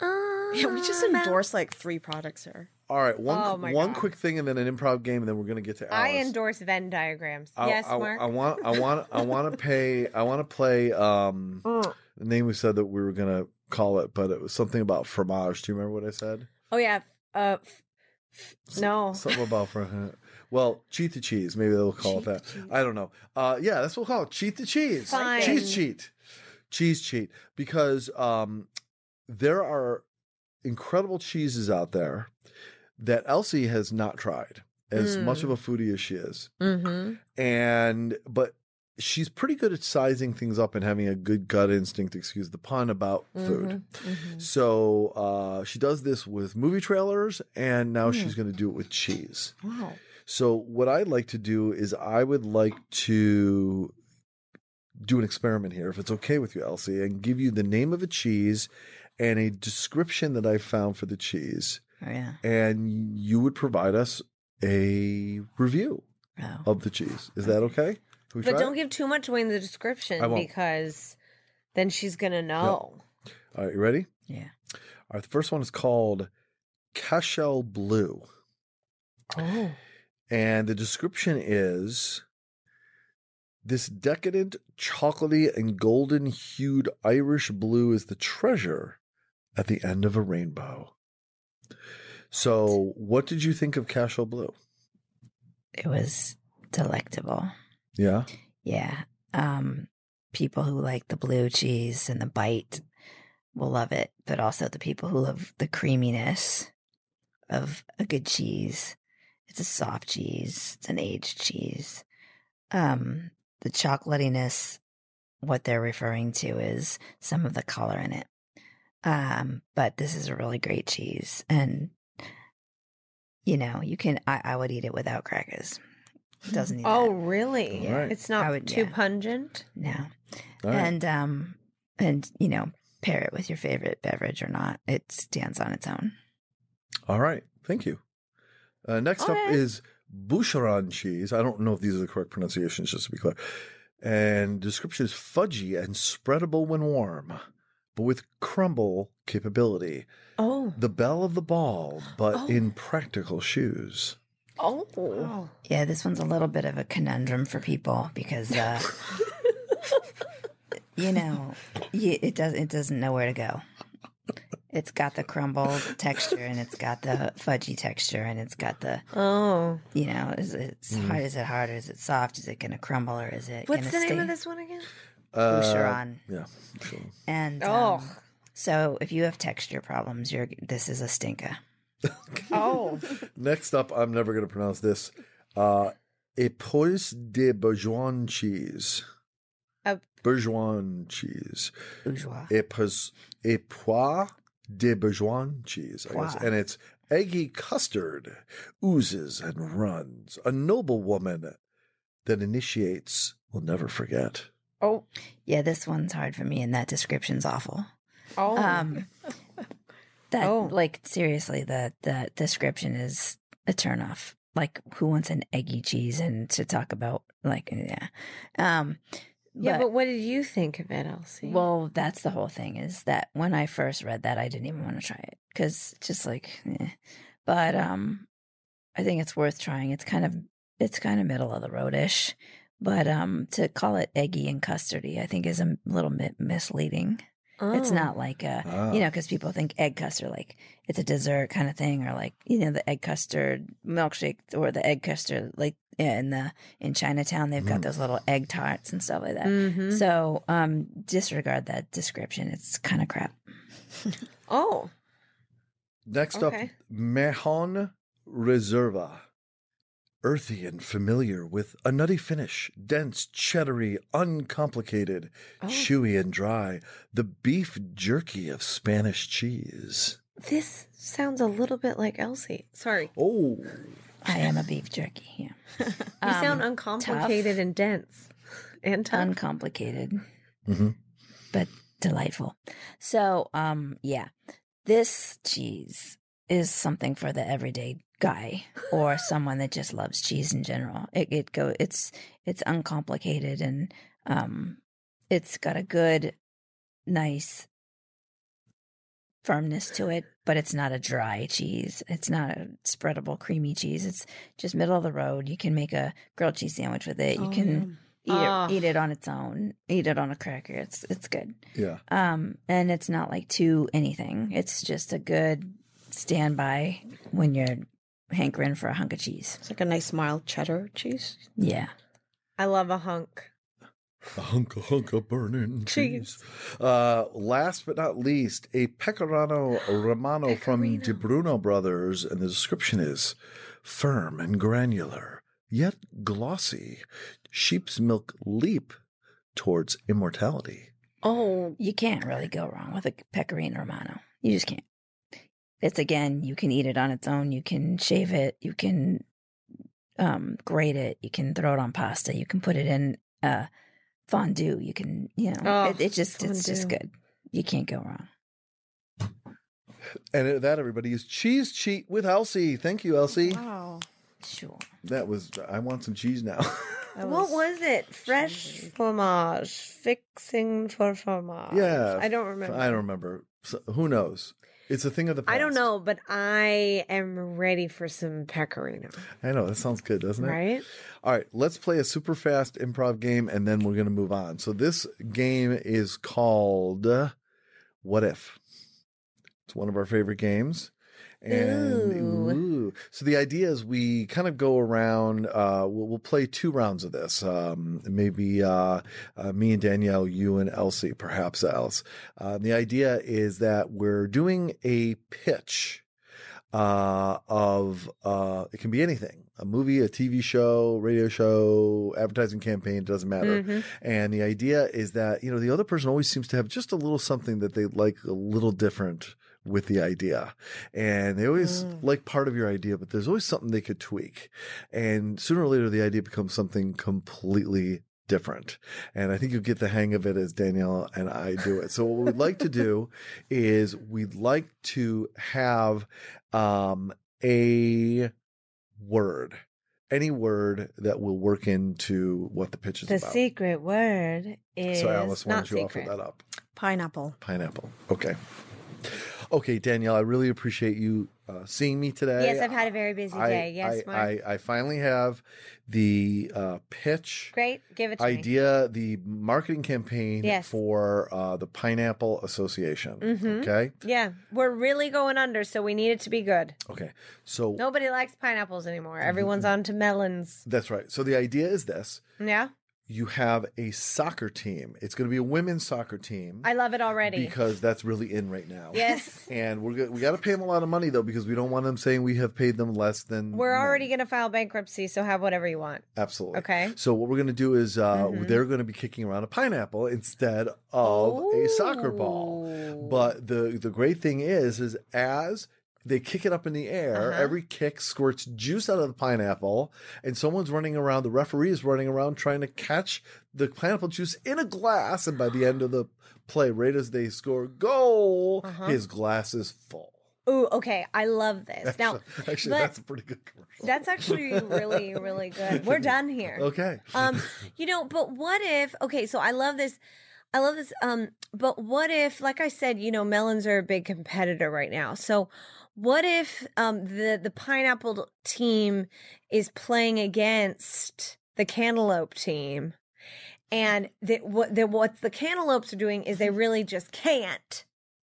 Yeah, we just endorse like three products here. All right, one Oh, qu- my one God. quick thing, and then an improv game, and then we're gonna get to Alice. I endorse Venn diagrams. I, yes, I, Mark. I want, I want, I want to pay. I want to play. Um, Mm. the name we said that we were gonna call it, but it was something about fromage. Do you remember what I said? oh yeah. Uh, f- f- no. Something about fromage. Well, cheat the cheese. Maybe they'll call it Cheat the that. cheese. I don't know. Uh, yeah, that's what we'll call it. Cheat the cheese. Fine. Cheese cheat. Cheese cheat. Because um, there are incredible cheeses out there that Elsie has not tried, as Mm. much of a foodie as she is. Mm-hmm. And, but she's pretty good at sizing things up and having a good gut instinct, excuse the pun, about food. So uh, she does this with movie trailers, and now she's going to do it with cheese. Wow. So what I'd like to do is I would like to do an experiment here, if it's okay with you, Elsie, and give you the name of a cheese and a description that I found for the cheese, Oh, yeah. and you would provide us a review Oh. of the cheese. Is that okay? Can we But try don't it? give too much away in the description I won't. because then she's gonna know. All right, you ready? Yeah. All right, the first one is called Cashel Blue. Oh. And the description is this decadent, chocolatey, and golden hued Irish blue is the treasure at the end of a rainbow. So, what did you think of Cashel Blue? It was delectable. Yeah. Yeah. Um, people who like the blue cheese and the bite will love it, but also the people who love the creaminess of a good cheese. It's a soft cheese, it's an aged cheese. Um, the chocolatiness, what they're referring to is some of the color in it. Um, but this is a really great cheese and you know, you can I, I would eat it without crackers. It doesn't need Oh, that. really? All right. It's not I would- too yeah. pungent. No. All right. and um and you know pair it with your favorite beverage or not it stands on its own All right. Thank you. Uh, next All up right. is Boucheron cheese. I don't know if these are the correct pronunciations, just to be clear. And description is fudgy and spreadable when warm, but with crumble capability. Oh. The bell of the ball, but Oh. in practical shoes. Oh. yeah this one's a little bit of a conundrum for people because uh you know y- it does it doesn't know where to go it's got the crumble texture and it's got the fudgy texture and it's got the Oh. you know is it Mm-hmm. hard is it hard or is it soft is it gonna crumble or is it What's gonna the name stay- of this one again? Uh, Boucheron. Yeah. Boucheron. and Oh. um, so if you have texture problems you're this is a stinker Oh. Next up, I'm never going to pronounce this. Uh, Epoisse de Bourgeois cheese. A- Bourgeois cheese. bourgeois Epoisse, Epois de Bourgeois cheese, I guess. Wow. And it's eggy custard oozes and runs. A noble woman that initiates will never forget. Oh. Yeah, this one's hard for me, and that description's awful. Oh. Um, that Oh. like seriously, the the description is a turnoff. Like, who wants an eggy cheese and to talk about like yeah, um, yeah, but what did you think of it, Elsie? well, that's the whole thing is that when I first read that, I didn't even want to try it because just like, eh. but um, I think it's worth trying. It's kind of it's kind of middle of the roadish, but um, to call it eggy and custardy, I think is a little bit misleading. It's Oh. not like a Ah. you know because people think egg custard like it's a dessert kind of thing or like you know the egg custard milkshake or the egg custard like yeah, in the in Chinatown they've got Mm. those little egg tarts and stuff like that. Mhm. So um, disregard that description. It's kind of crap. Oh. Next up, Okay. Mahon Reserva. Earthy and familiar with a nutty finish, dense, cheddary, uncomplicated, Oh. chewy and dry, the beef jerky of Spanish cheese. This sounds a little bit like Elsie. Sorry. Oh, I am a beef jerky. Yeah. You sound Um, uncomplicated tough, and dense. And tough. uncomplicated, Mhm. but delightful. So um, yeah, this cheese is something for the everyday guy or someone that just loves cheese in general. It, it go it's it's uncomplicated and um, it's got a good, nice firmness to it, but it's not a dry cheese. It's not a spreadable creamy cheese. It's just middle of the road. You can make a grilled cheese sandwich with it. You Oh, Oh, can eat Ah. it eat it on its own. Eat it on a cracker. It's it's good. yeah. Um, and it's not like too anything. It's just a good standby when you're hankering for a hunk of cheese. It's like a nice mild cheddar cheese. Yeah. I love a hunk. A hunk a hunk of burning Cheese. cheese. Uh, last but not least, a pecorino romano from De Bruno Brothers, and the description is firm and granular, yet glossy. Sheep's milk leap towards immortality. Oh, You can't really go wrong with a pecorino romano. You just can't. It's again, you can eat it on its own, you can shave it, you can um grate it, you can throw it on pasta, you can put it in uh fondue, you can, you know, Oh, it, it just it's just fondue. good. You can't go wrong. And that, everybody, is Cheese Cheat with Elsie. Thank you, Elsie. Wow. Sure. That was, I want some cheese now. what was it? Fresh fromage, fixing for fromage. yeah. I don't remember. I don't remember. So, who knows? It's a thing of the past. I don't know, but I am ready for some pecorino, I know. That sounds good, doesn't it? right? All right, let's play a super fast improv game and then we're going to move on. So, this game is called uh, What If? It's one of our favorite games. And Ooh. ooh. so the idea is we kind of go around, uh, we'll, we'll play two rounds of this. Um, maybe uh, uh, me and Danielle, you and Elsie, perhaps else. Uh, the idea is that we're doing a pitch uh, of uh, it can be anything a movie, a TV show, radio show, advertising campaign, it doesn't matter. Mhm. And the idea is that, you know, the other person always seems to have just a little something that they like a little different with the idea. And they always like part of your idea, but there's always something they could tweak. And sooner or later, the idea becomes something completely different. And I think you get the hang of it as Danielle and I do it. So what we'd like to do is we'd like to have um, a word, any word that will work into what the pitch is The about. secret word is So Alice, why don't not you secret. offer that up? Pineapple. Pineapple. Okay. Okay, Danielle, I really appreciate you uh, seeing me today. Yes, I've had a very busy I- day. Yes, I, Mark. I, I finally have the uh, pitch Great. Give it to me. idea, the marketing campaign Yes. for uh, the Pineapple Association. Mhm. Okay. Yeah, we're really going under, so we need it to be good. Okay. So Nobody likes pineapples anymore. Everyone's on to melons. that's right. So the idea is this Yeah, you have a soccer team, it's going to be a women's soccer team I love it already. because that's really in right now. yes, And we're go- we got to pay them a lot of money though because we don't want them saying we have paid them less than we're already going to file bankruptcy, so have whatever you want. absolutely Okay. Mm-hmm. So what we're going to do is uh, they're going to be kicking around a pineapple instead of a soccer ball. But the the great thing is is as they kick it up in the Uh-huh. air. Every kick squirts juice out of the pineapple, and someone's running around. The referee is running around trying to catch the pineapple juice in a glass. And by the end of the play, right as they score goal, Uh-huh. his glass is full. Ooh, okay, I love this. Now, Actually, but- that's a pretty good commercial. that's actually really, really good. We're done here. Okay. um you know but what if okay so i love this i love this um but what if like i said you know melons are a big competitor right now so what if um the the pineapple team is playing against the cantaloupe team and that what the, what the cantaloupes are doing is they really just can't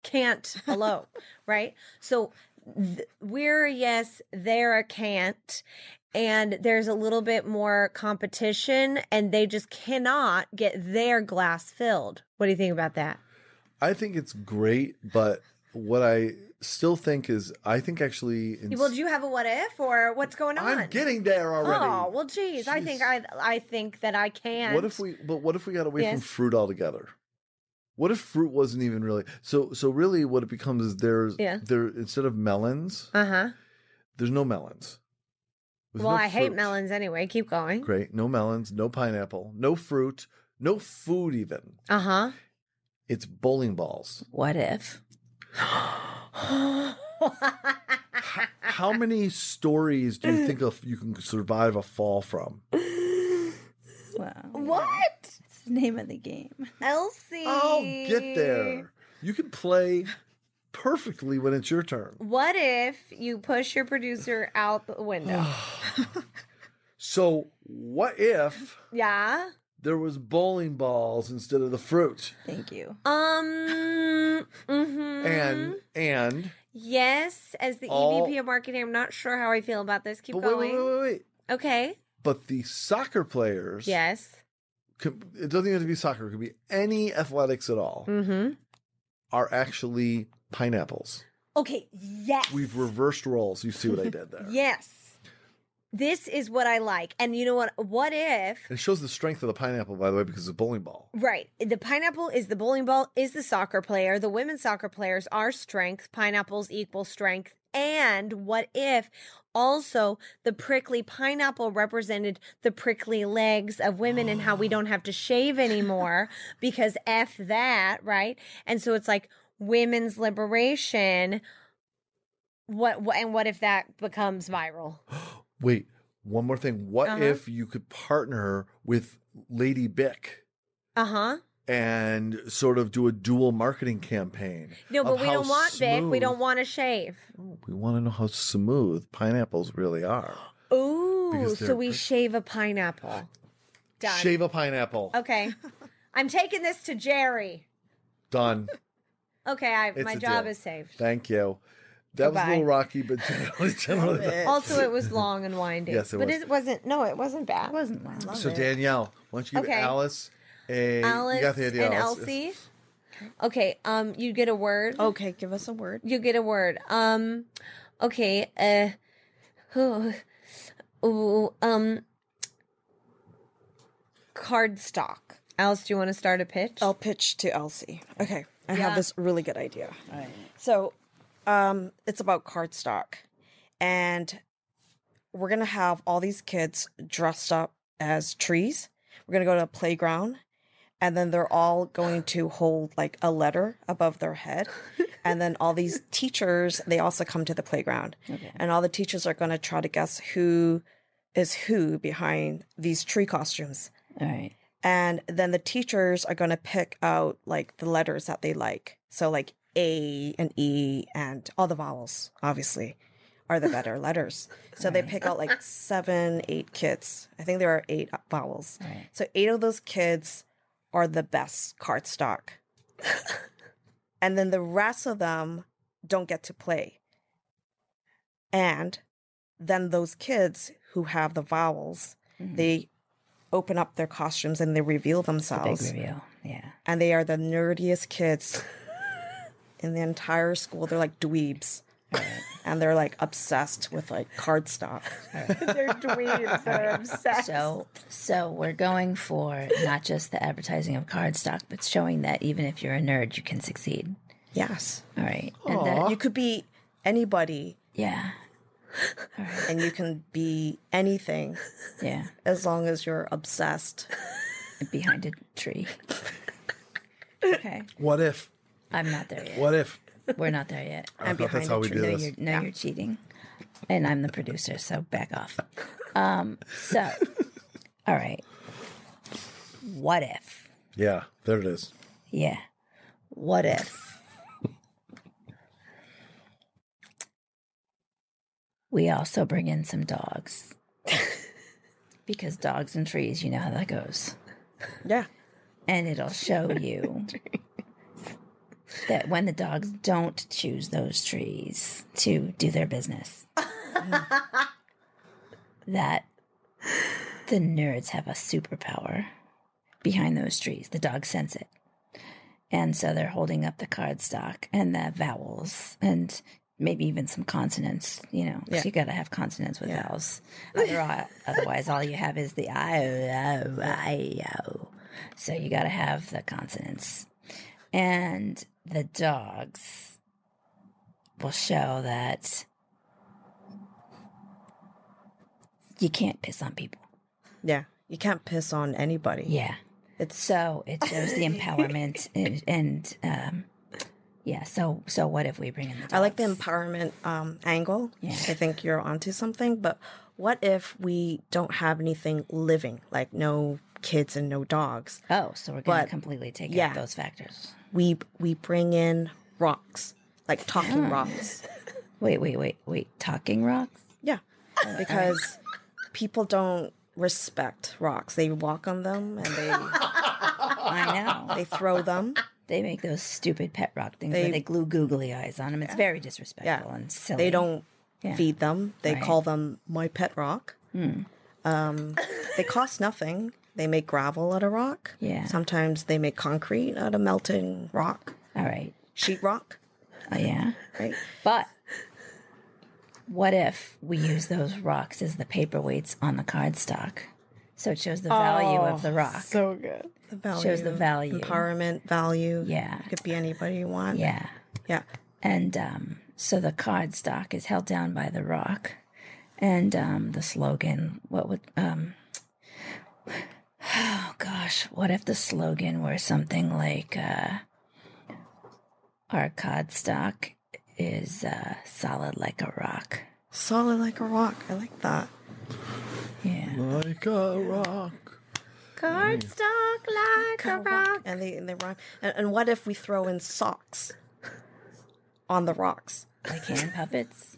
can't elope right so th- we're a yes they're a can't and there's a little bit more competition and they just cannot get their glass filled. What do you think about that? I think it's great, but what I still think is, I think actually, in- Well, do you have a what if or what's going on? I'm getting there already. Oh, well geez, I think I Jeez. I think that I can. What if we? But what if we got away from Yes. fruit altogether? What if fruit wasn't even really so? So really, what it becomes is there's Yeah. there instead of melons, Uh-huh. there's no melons. There's Well, no I hate fruit. melons anyway. Keep going. Great, no melons, no pineapple, no fruit, no food. Even Uh-huh. it's bowling balls. What if? How many stories do you think of you can survive a fall from? Well, what? It's the name of the game. Elsie. I'll get there. You can play perfectly when it's your turn. What if you push your producer out the window? So, what if yeah. there was bowling balls instead of the fruit. Thank you. Um. mhm. And and yes, as the All- EVP of marketing, I'm not sure how I feel about this. Keep but wait, going. wait, wait, wait, wait. Okay. But the soccer players, Yes. com- it doesn't even have to be soccer. It could be any athletics at all. Mm-hmm. Are actually pineapples. Okay. Yes. We've reversed roles. You see what I did there? Yes. This is what I like. And you know what? What if And it shows the strength of the pineapple, by the way, because it's a bowling ball. Right. The pineapple is the bowling ball, is the soccer player. The women's soccer players are strength. Pineapples equal strength. And what if also the prickly pineapple represented the prickly legs of women and how we don't have to shave anymore because F that, right? And so it's like women's liberation. What, what and what if that becomes viral? Wait, one more thing. What Uh-huh. if you could partner with Lady Bick Uh huh. and sort of do a dual marketing campaign? No, but of we how don't want big. We smooth- don't want to shave. We want to know how smooth pineapples really are. Ooh, Because so they're we brick- shave a pineapple. Done. Oh. Shave a pineapple. Okay. I'm taking this to Jerry. Done. Okay, I, It's my a job deal. is saved. Thank you. That was a Goodbye. little rocky, but generally, generally Love it. Also, it was long and winding. Yes, it but was. it wasn't. No, it wasn't It bad. wasn't loud. So Danielle, why don't you give Okay. Alice a Alice you got the idea, and Alice. Oh. Elsie. Okay. Um, you get a word. Okay, give us a word. You get a word. Um, okay. Uh, oh, ooh, um, cardstock. Alice, do you want to start a pitch? Oh, I'll pitch to Elsie. Okay, I Yeah. have this really good idea. So, um, it's about cardstock, and we're gonna have all these kids dressed up as trees. We're gonna go to a playground, and then they're all going to hold like a letter above their head, and then all these teachers they also come to the playground, and all the teachers are gonna try to guess who is who behind these tree costumes All right. and then the teachers are going to pick out like the letters that they like so like a and e and all the vowels obviously are the better letters so they pick out like seven eight kids i think there are eight vowels Right. so eight of those kids are the best cardstock and then the rest of them don't get to play and then those kids who have the vowels they open up their costumes and they reveal Big themselves reveal. Yeah. and they are the nerdiest kids in the entire school they're like dweebs and they're like obsessed with like cardstock They're dweebs. They're obsessed. So, so we're going for not just the advertising of cardstock, but showing that even if you're a nerd, you can succeed. yes All right. And that, you could be anybody yeah. and you can be anything Yeah. as long as you're obsessed Behind a tree. okay. What if? I'm not there yet. What if? We're not there yet. I thought that's how we do no, this. you're no, you're cheating, and I'm the producer, so back off. Um, so, all right. What if? Yeah, there it is. Yeah. What if we also bring in some dogs? because dogs and trees, you know how that goes. yeah And it'll show you that when the dogs don't choose those trees to do their business, that the nerds have a superpower behind those trees. The dogs sense it. And so they're holding up the cardstock and the vowels and maybe even some consonants, you know, 'cause Yeah. you got to have consonants with Yeah. vowels. Other- Otherwise, all you have is the I, O, I, O. So you got to have the consonants. And the dogs will show that you can't piss on people. yeah you can't piss on anybody Yeah. it's So it shows the empowerment and, and um, yeah. So so what if we bring in the? Dogs? I like the empowerment um, angle. I think you're onto something. But what if we don't have anything living, like no kids and no dogs? Oh, so we're gonna but- completely take yeah. out those factors. We we bring in rocks, like talking rocks. Wait, wait, wait, wait. Talking rocks. Yeah, because people don't respect rocks. They walk on them and they I know. they throw them. They make those stupid pet rock things They- where they glue googly eyes on them. It's very disrespectful Yeah. and silly. They don't Yeah. feed them. They Right. Hmm. call them my pet rock. Um, they cost nothing. They make gravel out of rock. Yeah. Sometimes they make concrete out of melting rock, All right. sheet rock, Oh yeah. right? But what if we use those rocks as the paperweights on the cardstock? So it shows the value of the rock. So good. The value. Shows the value. Empowerment value. Yeah. It could be anybody you want. yeah. Yeah. And um, so the cardstock is held down by the rock. And um, the slogan, what would, um, oh gosh, what if the slogan were something like uh, our cardstock is uh, solid like a rock? Solid like a rock. I like that. Yeah. Like a rock. Cardstock like a rock. And they and they rhyme. And, and what if we throw in socks on the rocks? Like hand puppets?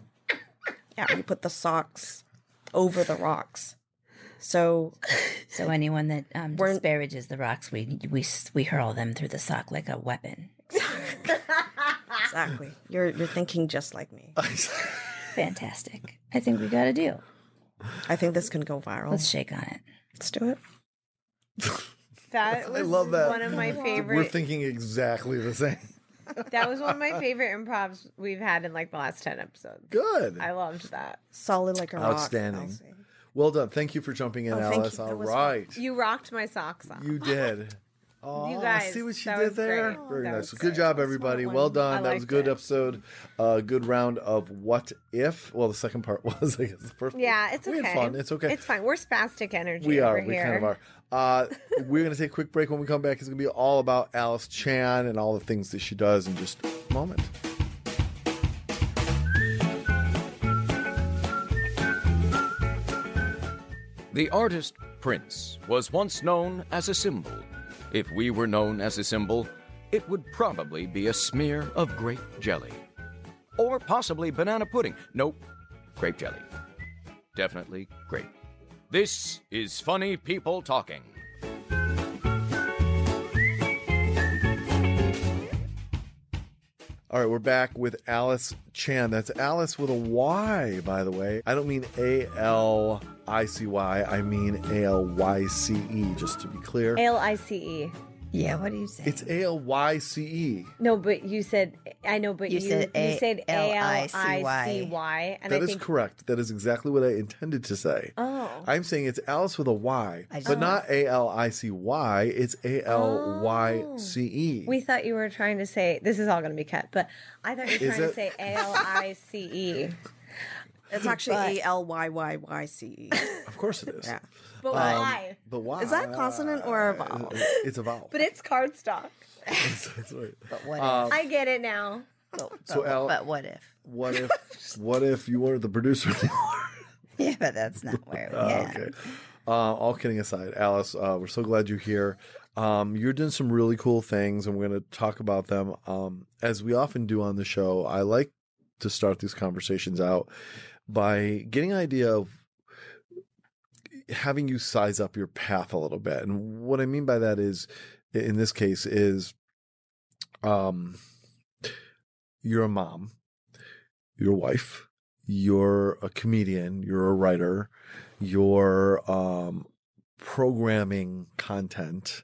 Yeah, you put the socks over the rocks. So So anyone that um, We're- disparages the rocks, we, we, we hurl them through the sock like a weapon. exactly, you're you're thinking just like me. Fantastic. I think we got a deal. I think this can go viral. Let's shake on it. Let's do it. That was love that. one of my We're favorite. thinking exactly the same. that was one of my favorite improvs we've had in like the last ten episodes. Good. I loved that. Solid like a rock. I'll Outstanding. say. Well done. Thank you for jumping in, Oh, thank Alice. you. That All was right. You rocked my socks off. You did. Oh, guys, see what she that did was there. great. Very That nice. was Good great. job, everybody. Well done. I that was a liked good it. episode. Uh, good round of what if. Well, the second part was, I guess, the first. yeah, it's we okay. had fun. It's okay. It's fine. We're spastic energy. We are. Over We here. kind of are. Uh, we're going to take a quick break. When we come back, it's going to be all about Alice Chan and all the things that she does in just a moment. The artist Prince was once known as a symbol. If we were known as a symbol, it would probably be a smear of grape jelly. Or possibly banana pudding. Nope, grape jelly. Definitely grape. This is Funny People Talking. All right, we're back with Alice Chan. That's Alice with a Y, by the way. I don't mean A L I C Y. I mean A L Y C E, just to be clear. L I C E. Yeah, what do you say? It's A L Y C E. No, but you said I know, but You you, said A- you said L A I L C Y. I C Y, and That I is think correct. That is exactly what I intended to say. oh, I'm saying it's Alice with a Y, I just- but not A L I C Y. It's A L Y C E. Oh. we thought you were trying to say this is all going to be cut, but I thought you were Is it? trying to say A L I C E. It's actually A L Y Y Y C E. Of course it is. Yeah. But why? But why? Is that a consonant or a vowel? It's a vowel. But it's cardstock. That's right. what um, I get it now. if? uh, so Al- but what if? What if? What if you weren't the producer anymore? Yeah, but that's not where. Uh, yeah. Okay. Uh, all kidding aside, Alice, uh, we're so glad you're here. Um, you're doing some really cool things, and we're going to talk about them. Um, as we often do on the show, I like to start these conversations out by getting an idea of having you size up your path a little bit. And what I mean by that is, in this case, is um, you're a mom, you're a wife, you're a comedian, you're a writer, you're um, programming content,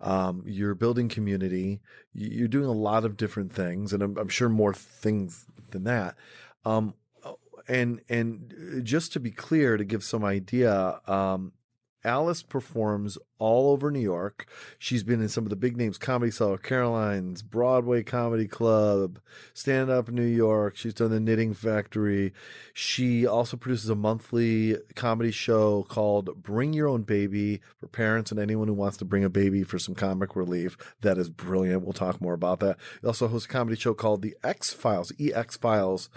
um, you're building community, y- you're doing a lot of different things, and I'm, I'm sure more things than that. Um, and and uh, just to be clear, to give some idea, um, Alice performs all over New York. She's been in some of the big names Comedy Cellar, Caroline's, Broadway Comedy Club, Stand Up New York. She's done the Knitting Factory. She also produces a monthly comedy show called Bring Your Own Baby for parents and anyone who wants to bring a baby for some comic relief. That is brilliant. We'll talk more about that. She also hosts a comedy show called The E X Files, EX Files,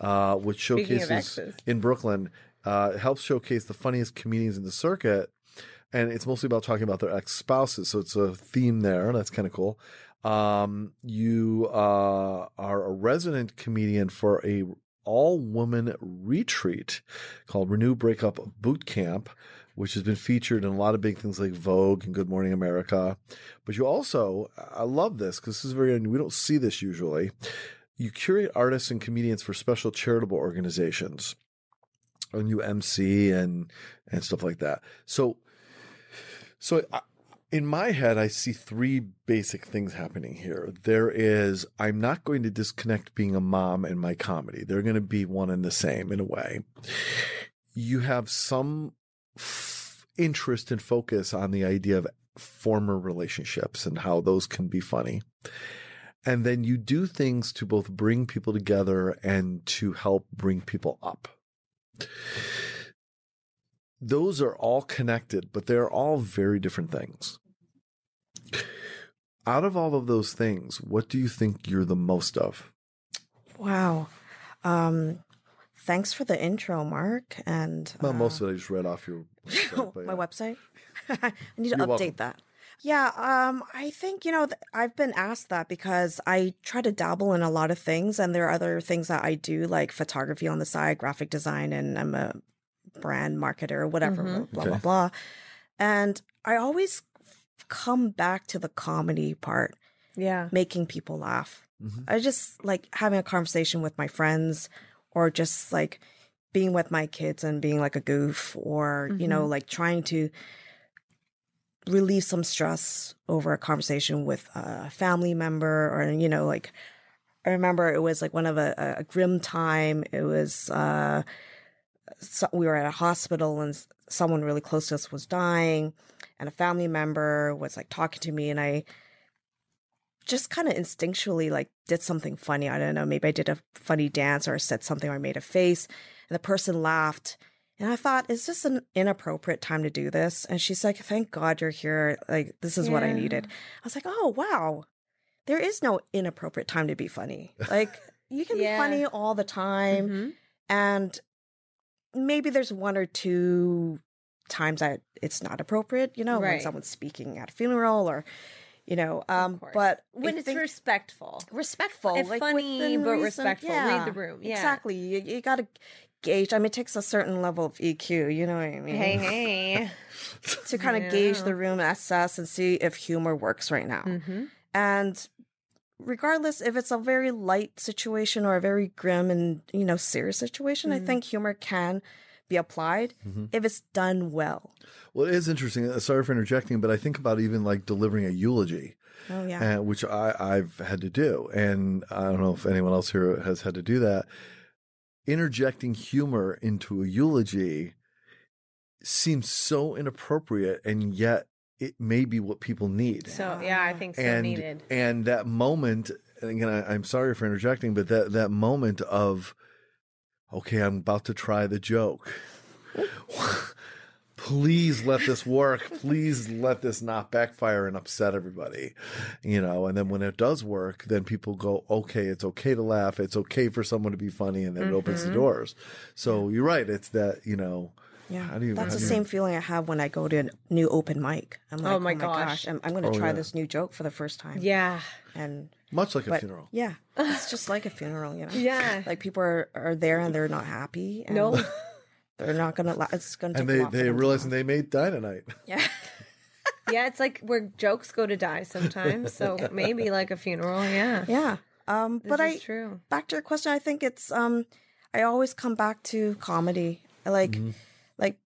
uh, which Mm-hmm. Speaking of showcases X's. in Brooklyn, uh, it helps showcase the funniest comedians in the circuit and it's mostly about talking about their ex spouses. So it's a theme there. That's kind of cool. Um, you uh, are a resident comedian for a all woman retreat called Renew Breakup Boot Camp, which has been featured in a lot of big things like Vogue and Good Morning America. But you also, I love this because this is very, we don't see this usually. You curate artists and comedians for special charitable organizations, and you MC and and stuff like that. So, so I, in my head, I see three basic things happening here. There is, I'm not going to disconnect being a mom and my comedy. They're going to be one and the same in a way. You have some f- interest and focus on the idea of former relationships and how those can be funny. And then you do things to both bring people together and to help bring people up those are all connected, but they're all very different things. Out of all of those things, what do you think you're the most of? Wow. Um, thanks for the intro, Mark. And Well, uh, most of it I just read off your website, but my yeah. website. I need to You're update welcome. that. Yeah, um, I think you know th- I've been asked that because I try to dabble in a lot of things, and there are other things that I do, like photography on the side, graphic design, and I'm a brand marketer, whatever, Mhm. blah Okay. blah blah. And I always come back to the comedy part, Yeah. making people laugh. Mhm. I just like having a conversation with my friends or just like being with my kids and being like a goof or, you know, like trying to relieve some stress over a conversation with a family member or, you know, like I remember it was like one of a, a- a grim time. It was, uh, so we were at a hospital and s- someone really close to us was dying and a family member was like talking to me and I, just kind of instinctually like did something funny. I don't know, maybe I did a funny dance or said something or I made a face and the person laughed. And I thought, is this an inappropriate time to do this? And she's like, thank God you're here. Like, this is what I Yeah. needed. I was like, oh, wow. There is no inappropriate time to be funny. Like, you can Yeah. be funny all the time Mhm. and maybe there's one or two times that it's not appropriate you know when Right. someone's speaking at a funeral or you know um Of course. but I when it's think respectful. respectful and like, funny, within but reason. respectful. Read Yeah, the room. Yeah. exactly you, you gotta gauge i mean it takes a certain level of eq you know what i mean Hey, hey. to kind of Yeah. gauge the room assess and see if humor works right now mm-hmm. and regardless if it's a very light situation or a very grim and you know serious situation i Mm-hmm. Mhm. think humor can be applied Mhm. if it's done well Well, it is interesting. Uh, Sorry for interjecting, but I think about even like delivering a eulogy, oh yeah uh, which I, I've had to do. And I don't know if anyone else here has had to do that. Interjecting humor into a eulogy seems so inappropriate, and yet it may be what people need. So yeah, I think so and needed. and that moment and again I, i'm sorry for interjecting but that that moment of okay i'm about to try the joke please let this work please let this not backfire and upset everybody you know and then when it does work then people go okay it's okay to laugh it's okay for someone to be funny and then it opens the doors so you're right it's that you know yeah how do you- that's how the do you- same feeling i have when i go to a new open mic i'm like oh my, gosh. i'm, I'm gonna Oh, try yeah. this new joke for the first time Yeah. and much like a but funeral yeah it's just like a funeral you know Yeah. like people are, are there and they're not happy and No. they're not gonna la- it's gonna take and a they lot for they them to realize laugh. they made dynamite yeah yeah, it's like where jokes go to die sometimes. So maybe like a funeral. Yeah. yeah um This but is i true. back to your question, I think it's um I always come back to comedy. I Like like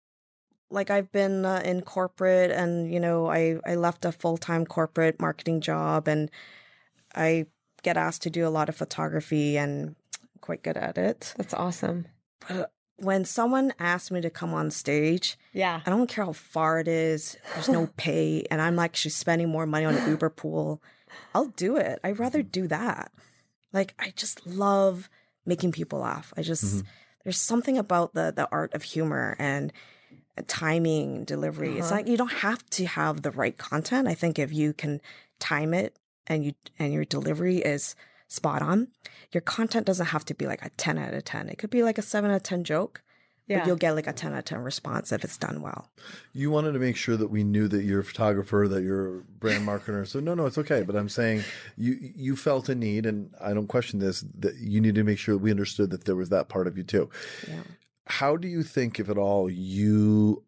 like I've been uh, in corporate and you know, I I left a full-time corporate marketing job and I get asked to do a lot of photography and I'm quite good at it. That's awesome. When someone asks me to come on stage, Yeah. I don't care how far it is. There's no pay, and I'm like, she's spending more money on an Uber pool. I'll do it. I'd Mm-hmm. rather do that. Like, I just love making people laugh. I just Mm-hmm. there's something about the the art of humor and timing delivery. It's Uh-huh. like you don't have to have the right content. I think if you can time it and you and your delivery is spot on, your content doesn't have to be like a ten out of ten. It could be like a seven out of ten joke. Yeah. But you'll get like a 10 out of 10 response if it's done well. You wanted to make sure that we knew that you're a photographer, that you're a brand marketer. So no, no, it's okay. But I'm saying you you felt a need, and I don't question this. That you need to make sure that we understood that there was that part of you too. Yeah. How do you think, if at all, you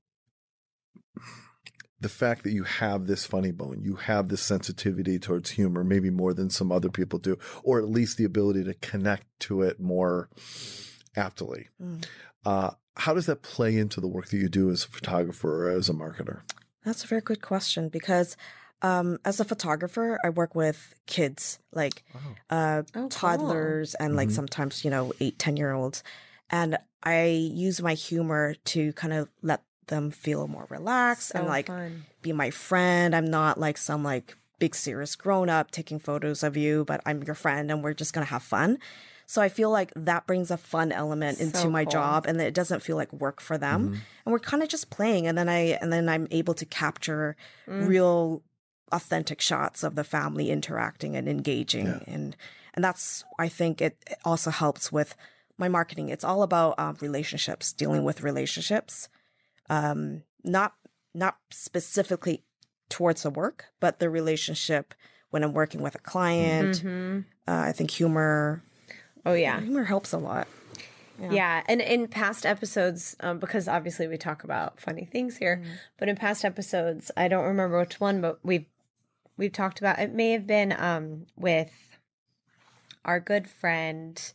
the fact that you have this funny bone, you have this sensitivity towards humor, maybe more than some other people do, or at least the ability to connect to it more aptly. Mm. Uh, how does that play into the work that you do as a photographer or as a marketer? That's a very good question because um, as a photographer, I work with kids, like uh, Oh, Mm-hmm. toddlers and like Mhm. sometimes, you know, eight, 10 year olds. And I use my humor to kind of let them feel more relaxed So and like fun. be my friend. I'm not like some like big serious grown up taking photos of you, but I'm your friend and we're just gonna have fun. So I feel like that brings a fun element into So my cool. job and it doesn't feel like work for them. Mhm. And we're kind of just playing and then I and then I'm able to capture Mm. real authentic shots of the family interacting and engaging Yeah. and and that's I think it, it also helps with my marketing. It's all about um, relationships, dealing with relationships, um, not not specifically towards the work, but the relationship when I'm working with a client. Mhm. Uh, I think humor Oh yeah. humor helps a lot. Yeah, and in past episodes, um, because obviously we talk about funny things here, but in past episodes, I don't remember which one, but we've we've talked about it. May have been um, with our good friend.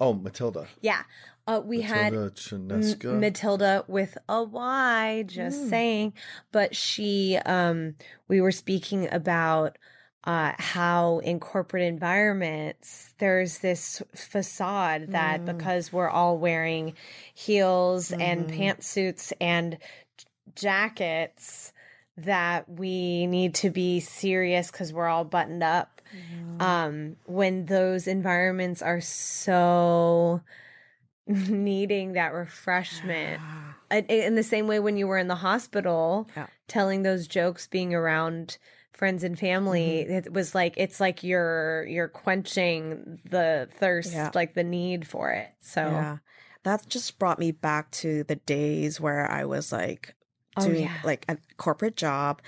Oh, Matilda. Yeah, uh, we had Matilda Chinesca. M- Matilda with a Y, just saying. But she, um, we were speaking about uh, how in corporate environments there's this facade that because we're all wearing heels and pantsuits and j- jackets that we need to be serious because we're all buttoned up um, when those environments are so needing that refreshment. And- and In the same way, when you were in the hospital, Yeah. telling those jokes, being around friends and family, it was like it's like you're you're quenching the thirst, Yeah. like the need for it. So Yeah. That just brought me back to the days where I was like Oh, doing yeah. like a corporate job,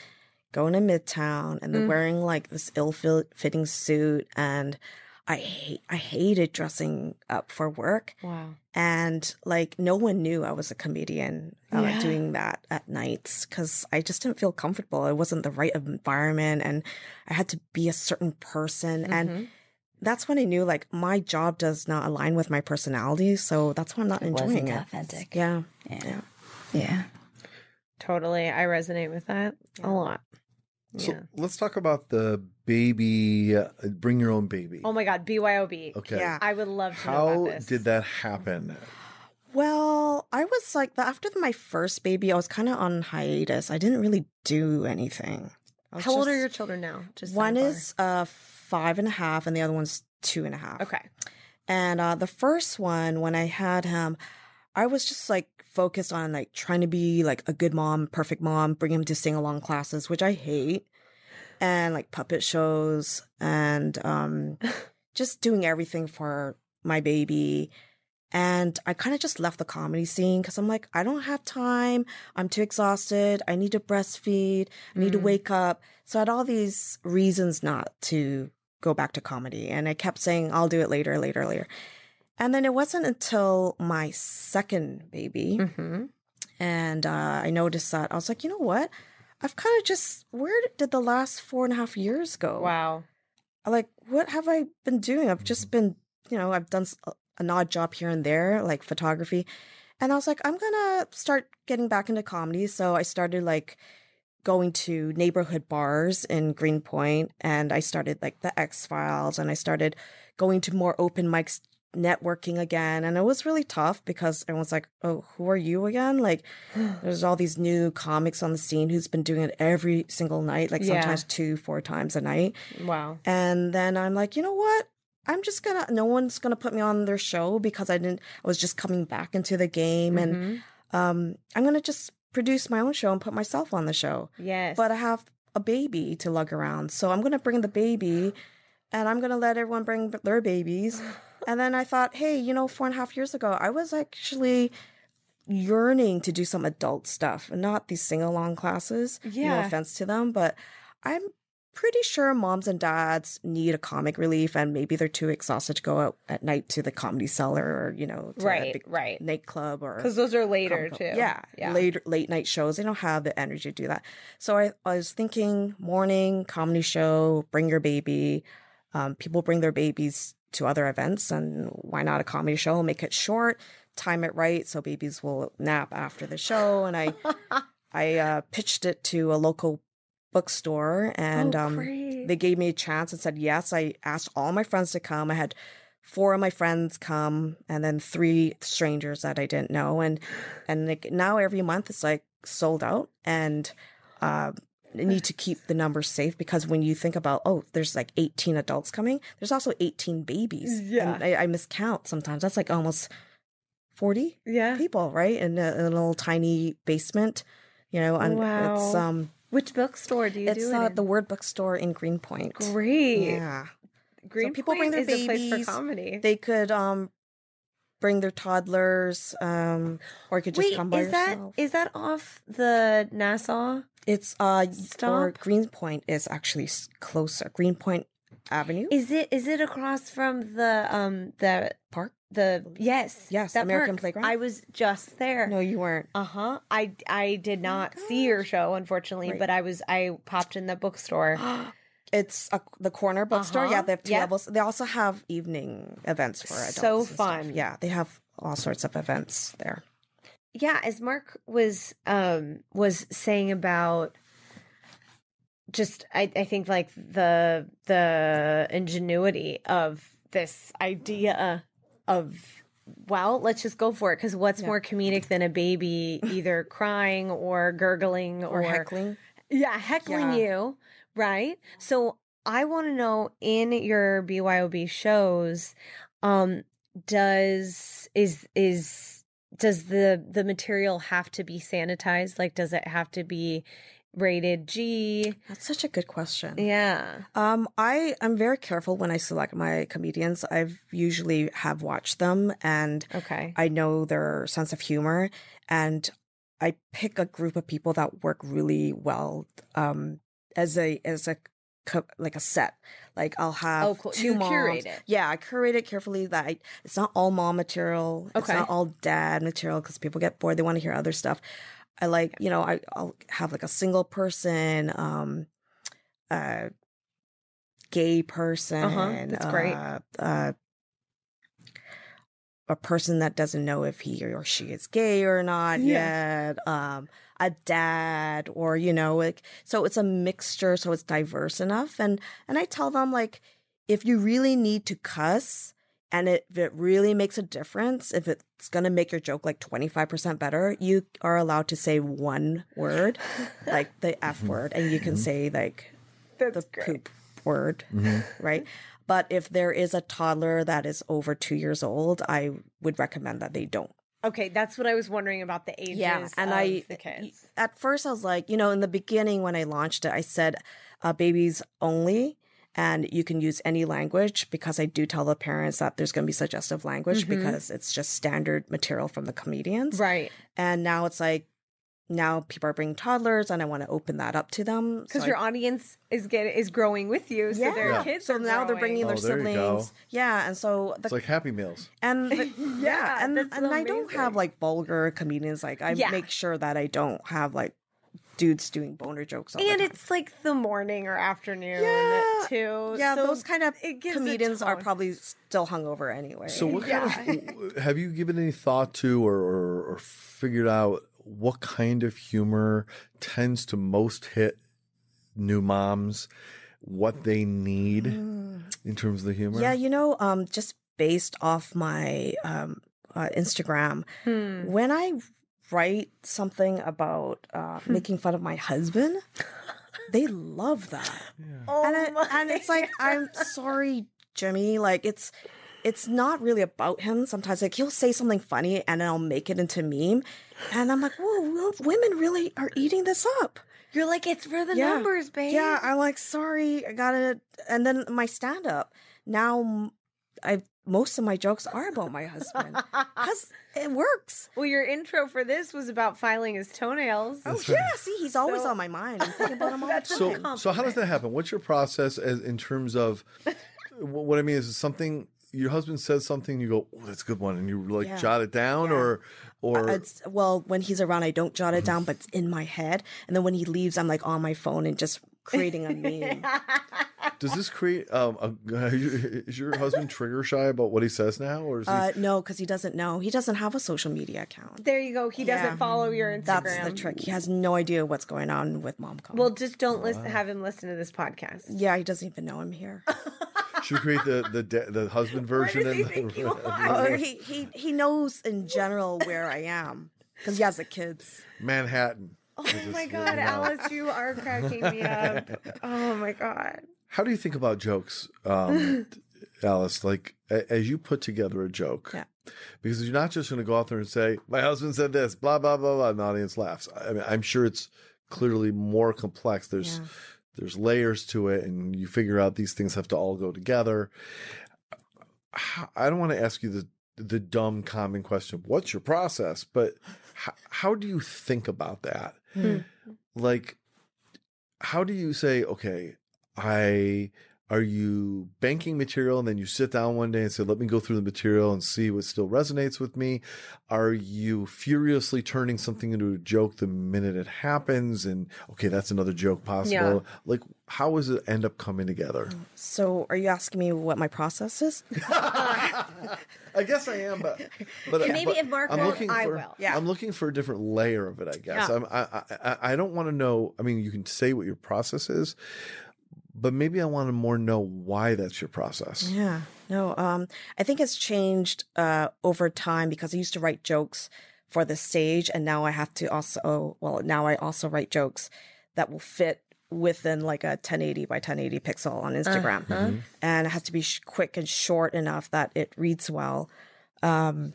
going to Midtown and Mm. then wearing like this ill fitting suit and I hate I hated dressing up for work wow, and like no one knew I was a comedian uh, Yeah. doing that at nights cuz I just didn't feel comfortable. It wasn't the right environment and I had to be a certain person and Mm-hmm. Mhm. that's when I knew like my job does not align with my personality, so that's why I'm not It wasn't enjoying it. authentic. Yeah. Yeah. Yeah. totally, I resonate with that a lot. So Yeah. let's talk about the baby, uh, bring your own baby. Oh my God, BYOB. okay. Yeah. I would love to know How about this. did that happen? Well, I was like the, after my first baby, I was kind of on hiatus. I didn't really do anything. I How was old are just- your children now? Just One sidebar. is uh five and a half, and the other one's two and a half. okay. And uh, the first one, when I had him, I was just like focused on like trying to be like a good mom, perfect mom, bring him to sing along classes, which I hate, and like puppet shows, and um, just doing everything for my baby. And I kind of just left the comedy scene because I'm like, I don't have time. I'm too exhausted. I need to breastfeed. I need to wake up. So I had all these reasons not to go back to comedy. And I kept saying, I'll do it later, later, later. And then it wasn't until my second baby. Mm-hmm. And uh, I noticed that I was like, you know what? I've kind of just, where did the last four and a half years go? Wow. like what have i been doing i've just been you know i've done s- uh, an odd job here and there like photography and i was like i'm gonna start getting back into comedy so i started like going to neighborhood bars in greenpoint and i started like the x files and i started going to more open mics networking again and it was really tough because everyone's like oh who are you again like there's all these new comics on the scene who's been doing it every single night like Yeah. sometimes two four times a night Wow. and then I'm like, you know what? I'm just gonna. No one's gonna put me on their show because I didn't. I was just coming back into the game, and Mhm. um, I'm gonna just produce my own show and put myself on the show. yes, But I have a baby to lug around, so I'm gonna bring the baby, and I'm gonna let everyone bring their babies. and then I thought, hey, you know, four and a half years ago, I was actually yearning to do some adult stuff, not these sing along classes. No Yeah. offense to them, but I'm pretty sure moms and dads need a comic relief and maybe they're too exhausted to go out at night to the comedy cellar or, you know, to a Right, big right. nightclub or Because those are later Comic too. Con. Yeah, yeah. Late late night shows. They don't have the energy to do that. So I, I was thinking morning comedy show. Bring your baby. Um, people bring their babies to other events, and why not a comedy show? Make it short, time it right so babies will nap after the show. And I I uh, pitched it to a local bookstore, and Oh, um, great. they gave me a chance and said yes. I asked all my friends to come. I had four of my friends come, and then three strangers that I didn't know, and and like now every month it's like sold out, and uh, I need to keep the numbers safe because when you think about oh, there's like 18 adults coming, there's also 18 babies. Yeah. and I, I miscount sometimes. That's like almost 40 yeah. people, right? In a, in a little tiny basement, you know, and it's Wow. um. Which bookstore do you It's do it uh, in? the Word Bookstore in Greenpoint. Great. Yeah. Green people bring Point their is a place babies. for comedy. They could um bring their toddlers, um, or you could just Wait, come by is that yourself. is that off the Nassau? it's uh or Stop. Greenpoint is actually s- closer. Greenpoint Avenue. Is it is it across from the um the Park? The yes, Yes, that American park. Playground? I was just there. no, you weren't. Uh huh. I I did not see your show unfortunately, Right. but I was I popped in the bookstore. It's a, the corner bookstore. Uh-huh. Yeah, they have two Yeah. levels. They also have evening events for adults. So and stuff. fun. Yeah, they have all sorts of events there. yeah as mark was um was saying about just i i think like the the ingenuity of this idea of well let's just go for it because what's more comedic than a baby either crying or gurgling Or, or, heckling. yeah heckling Yeah. you right so i want to know in your byob shows um does is is does the the material have to be sanitized like does it have to be rated g That's such a good question. yeah Um, I am very careful when I select my comedians. I've usually have watched them and okay I know their sense of humor and I pick a group of people that work really well um as a as a co- like a set. Like I'll have Oh, cool. two You moms. curate it. Yeah, I curate it carefully that I, it's not all mom material. It's Okay. not all dad material cuz people get bored, they want to hear other stuff. I like, you know, I, I'll have like a single person um uh gay person. Uh-huh. That's great. uh, uh, a person that doesn't know if he or she is gay or not yet. Um, a dad, or you know, like so it's a mixture, so it's diverse enough. And and I tell them like, if you really need to cuss. And it, if it really makes a difference, if it's gonna make your joke like 25% better, you are allowed to say one word, like the F word, and you can say like that's the poop word, right? Mm-hmm. But if there is a toddler that is over two years old, I would recommend that they don't. okay that's what i was wondering about the ages and of I the kids at first I was like, you know, in the beginning when I launched it, I said uh, babies only. And you can use any language because I do tell the parents that there's going to be suggestive language because it's just standard material from the comedians. right And now it's like, now people are bringing toddlers and I want to open that up to them. because So I your audience is getting is growing with you so their Yeah. kids So are now they're growing. bringing their Oh, there you go. siblings. Yeah, and so the It's like Happy Meals. and the- yeah, Yeah, and that's and I don't amazing. have like vulgar comedians. Like I Yeah. make sure that I don't have like dudes doing boner jokes. All the and time. it's like the morning or afternoon Yeah. too yeah, so those kind of it gives a comedians are tone. probably still hungover anyway. So, what kind of have you given any thought to or, or, or figured out what kind of humor tends to most hit new moms? What they need Mm. in terms of the humor? yeah, you know, um, just based off my um uh, Instagram, Mm. when I write something about uh, Hmm. making fun of my husband, they love that. oh and, it, my and it's like i'm sorry jimmy like it's it's not really about him sometimes like he'll say something funny and then i'll make it into meme and i'm like whoa wo- women really are eating this up You're like, it's for the numbers, babe. yeah i'm like sorry i gotta and then my stand-up now m- i've most of my jokes are about my husband because it works. well, your intro for this was about filing his toenails. Oh That's right. yeah, see, he's always So- on my mind. I'm thinking about him all the That's time. a so so how does that happen what's your process as in terms of wh- what i mean is something your husband says something you go oh that's a good one and you like Yeah. jot it down Yeah. or or Uh, It's, well, when he's around, I don't jot it down, but it's in my head. And then when he leaves, I'm like on my phone and just creating a meme. does uh, this create um a, is your husband trigger shy about what he says now or is he uh, no, because he doesn't know. He doesn't have a social media account. There you go. He doesn't Yeah. follow your Instagram. That's the trick. He has no idea what's going on with mom. Call. Well, just don't listen, have him listen to this podcast. yeah, he doesn't even know I'm here. Should we create the the de- the husband Where does version? he and the- think you are? oh, he, he he knows in general where I am because he has the kids. Manhattan. Oh my God, Alice, you are cracking me up. Oh my God. How do you think about jokes, um, Alice? Like a- as you put together a joke, Yeah. because you're not just going to go out there and say, "My husband said this," blah blah blah blah, and the audience laughs. I mean, I'm sure it's clearly more complex. There's Yeah. there's layers to it, and you figure out these things have to all go together. H- I don't want to ask you the the dumb common question, "What's your process?" But h- how do you think about that? Hmm. Like, how do you say, "Okay, I." Are you banking material and then you sit down one day and say, let me go through the material and see what still resonates with me? Are you furiously turning something into a joke the minute it happens? And okay, that's another joke possible. Yeah. Like, how does it end up coming together? So, are you asking me what my process is? I guess I am, but, but Maybe but if Mark I'm won't, looking I for, will. Yeah. I'm looking for a different layer of it. I guess Yeah. I'm, I, I- I I don't want to know. I mean, you can say what your process is, but maybe I want to more know why that's your process. Mm-hmm. Yeah. No, um, I think it's changed uh, over time because I used to write jokes for the stage, and now I have to also, well, now I also write jokes that will fit within like a 1080 by 1080 pixel on Instagram. Mm-hmm. And it has to be sh- quick and short enough that it reads well. Um,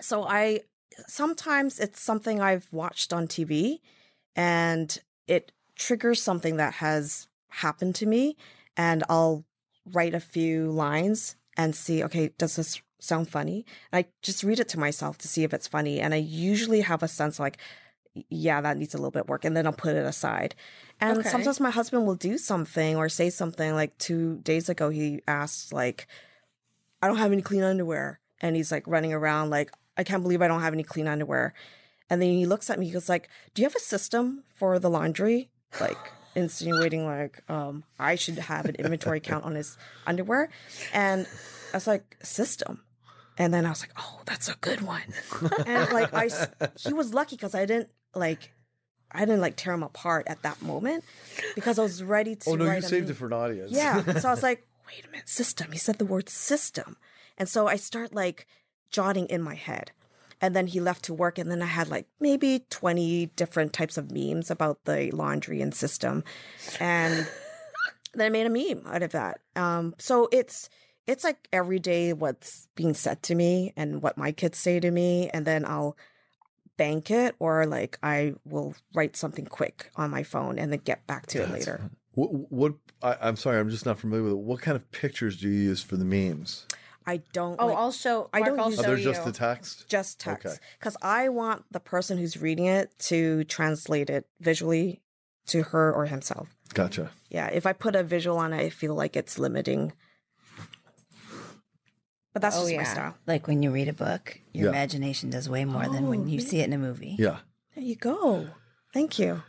so I sometimes it's something I've watched on TV and it triggers something that has happened to me and I'll write a few lines and see, okay, does this sound funny? And I just read it to myself to see if it's funny. And I usually have a sense like, yeah, that needs a little bit work. And then I'll put it aside. And Okay. sometimes my husband will do something or say something. Like two days ago, he asked, like, I don't have any clean underwear. And he's like running around like, I can't believe I don't have any clean underwear. And then he looks at me, he goes like, Do you have a system for the laundry? Like insinuating like, um, I should have an inventory count on his underwear. And I was like, system. And then I was like, oh, that's a good one. and like I, s- he was lucky because I didn't like, I didn't like tear him apart at that moment because I was ready to. Oh no, you write a saved new- it for an audience. yeah. So I was like, wait a minute, system. He said the word system. And so I start like jotting in my head. And then he left to work. And then I had like maybe 20 different types of memes about the laundry and system. And then I made a meme out of that. Um, so it's, it's like every day what's being said to me and what my kids say to me. And then I'll bank it or like I will write something quick on my phone and then get back to it later. What, what I, I'm sorry, I'm just not familiar with it. What kind of pictures do you use for the memes? I don't. Oh, like- I'll show. I Mark, don't I'll use- Are show there you. just the text? just Okay. text because I want the person who's reading it to translate it visually to her or himself. Gotcha. Yeah, if I put a visual on it, I feel like it's limiting. But that's Oh, just my yeah. style. Like when you read a book, your Yeah. imagination does way more than when Oh, you see it in a movie. Yeah. There you go. Thank you.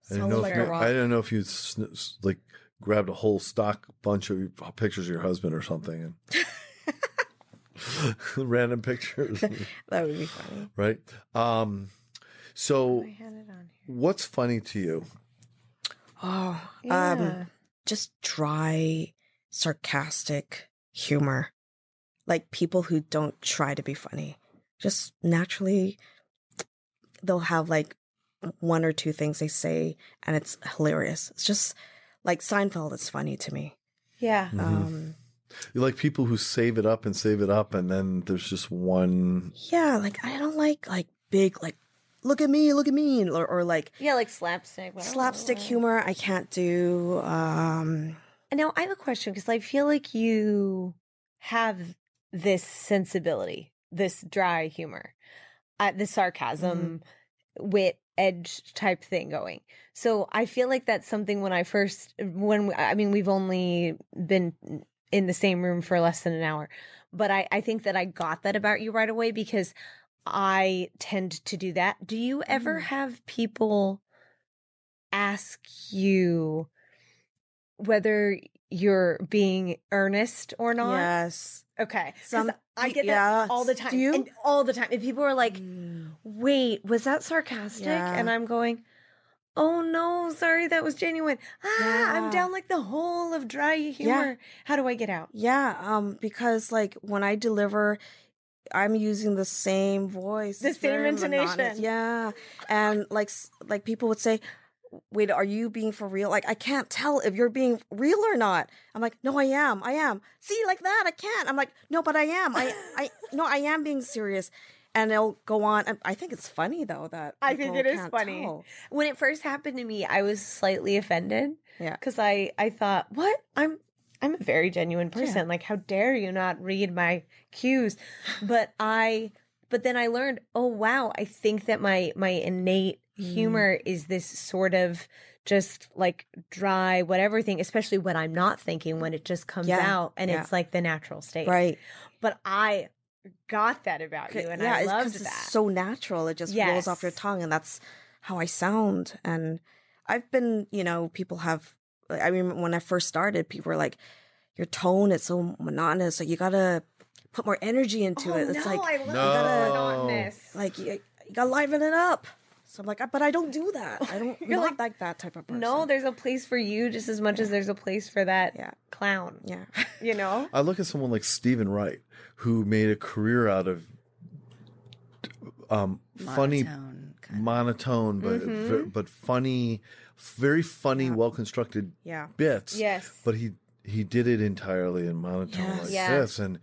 I didn't Sounds know like if a you, rock. I didn't know if you sn- s- like grabbed a whole stock bunch of your- pictures of your husband or something and random pictures, That would be funny. right? Um, so I had it on here. what's funny to you? Oh, Yeah. um, just dry, sarcastic humor, like people who don't try to be funny. Just naturally, they'll have like one or two things they say, and it's hilarious. It's just like Seinfeld is funny to me. Yeah. Um, You like people who save it up and save it up and then there's just one yeah, like I don't like like big like look at me, look at me, or, or like Yeah, like slapstick. blah, blah, slapstick blah. humor. I can't do. Um, And now I have a question because I feel like you have this sensibility, this dry humor, uh, the sarcasm, wit, edge type thing going. So I feel like that's something when I first, when I mean, we've only been in the same room for less than an hour, but I, I think that I got that about you right away because I tend to do that. Do you ever Mm. have people ask you whether you're being earnest or not? Yes. Okay. 'Cause Some- I get yeah. that all the time. Do you? And all the time. And people are like, Mm. wait, was that sarcastic? Yeah. And I'm going, oh no, sorry, that was genuine. Ah, I'm Yeah. down like the hole of dry humor. How do I get out? Yeah, um, because like when I deliver, I'm using the same voice, The It's same very monotonous. intonation. Yeah, and like s- like people would say, "Wait, are you being for real?" Like I can't tell if you're being real or not. I'm like, "No, I am. I am." See, like that, I can't. I'm like, "No, but I am. I I no, I am being serious." And they'll go on. and I think it's funny though that I think people it is can't funny. tell. When it first happened to me, I was slightly offended. Yeah. Cause I, I thought, what? I'm I'm a very genuine person. Like how dare you not read my cues? But I but then I learned, oh wow, I think that my my innate Mm. humor is this sort of just like dry whatever thing, especially when I'm not thinking, when it just comes Yeah. out and Yeah. it's like the natural state. right? But I got that about you and it's I 'cause loved it's that. so natural. It just rolls off your Yes. tongue, and that's how I sound. And I've been, you know, people have. I mean, when I first started, people were like, "Your tone is so monotonous. Like you gotta put more energy into Oh, it. It's no, like I love No. monotonous. like you, you gotta liven it up." So I'm like, "But I don't do that. I don't. You're not like, like, that type of person." No, there's a place for you just as much as there's a place for that Yeah. clown. yeah, You know? I look at someone like Stephen Wright, who made a career out of um, funny, Monotone kind of- monotone, but ver- but funny, very funny, well constructed yeah. bits. Yes. but he he did it entirely in monotone Yes. like Yeah. this, and.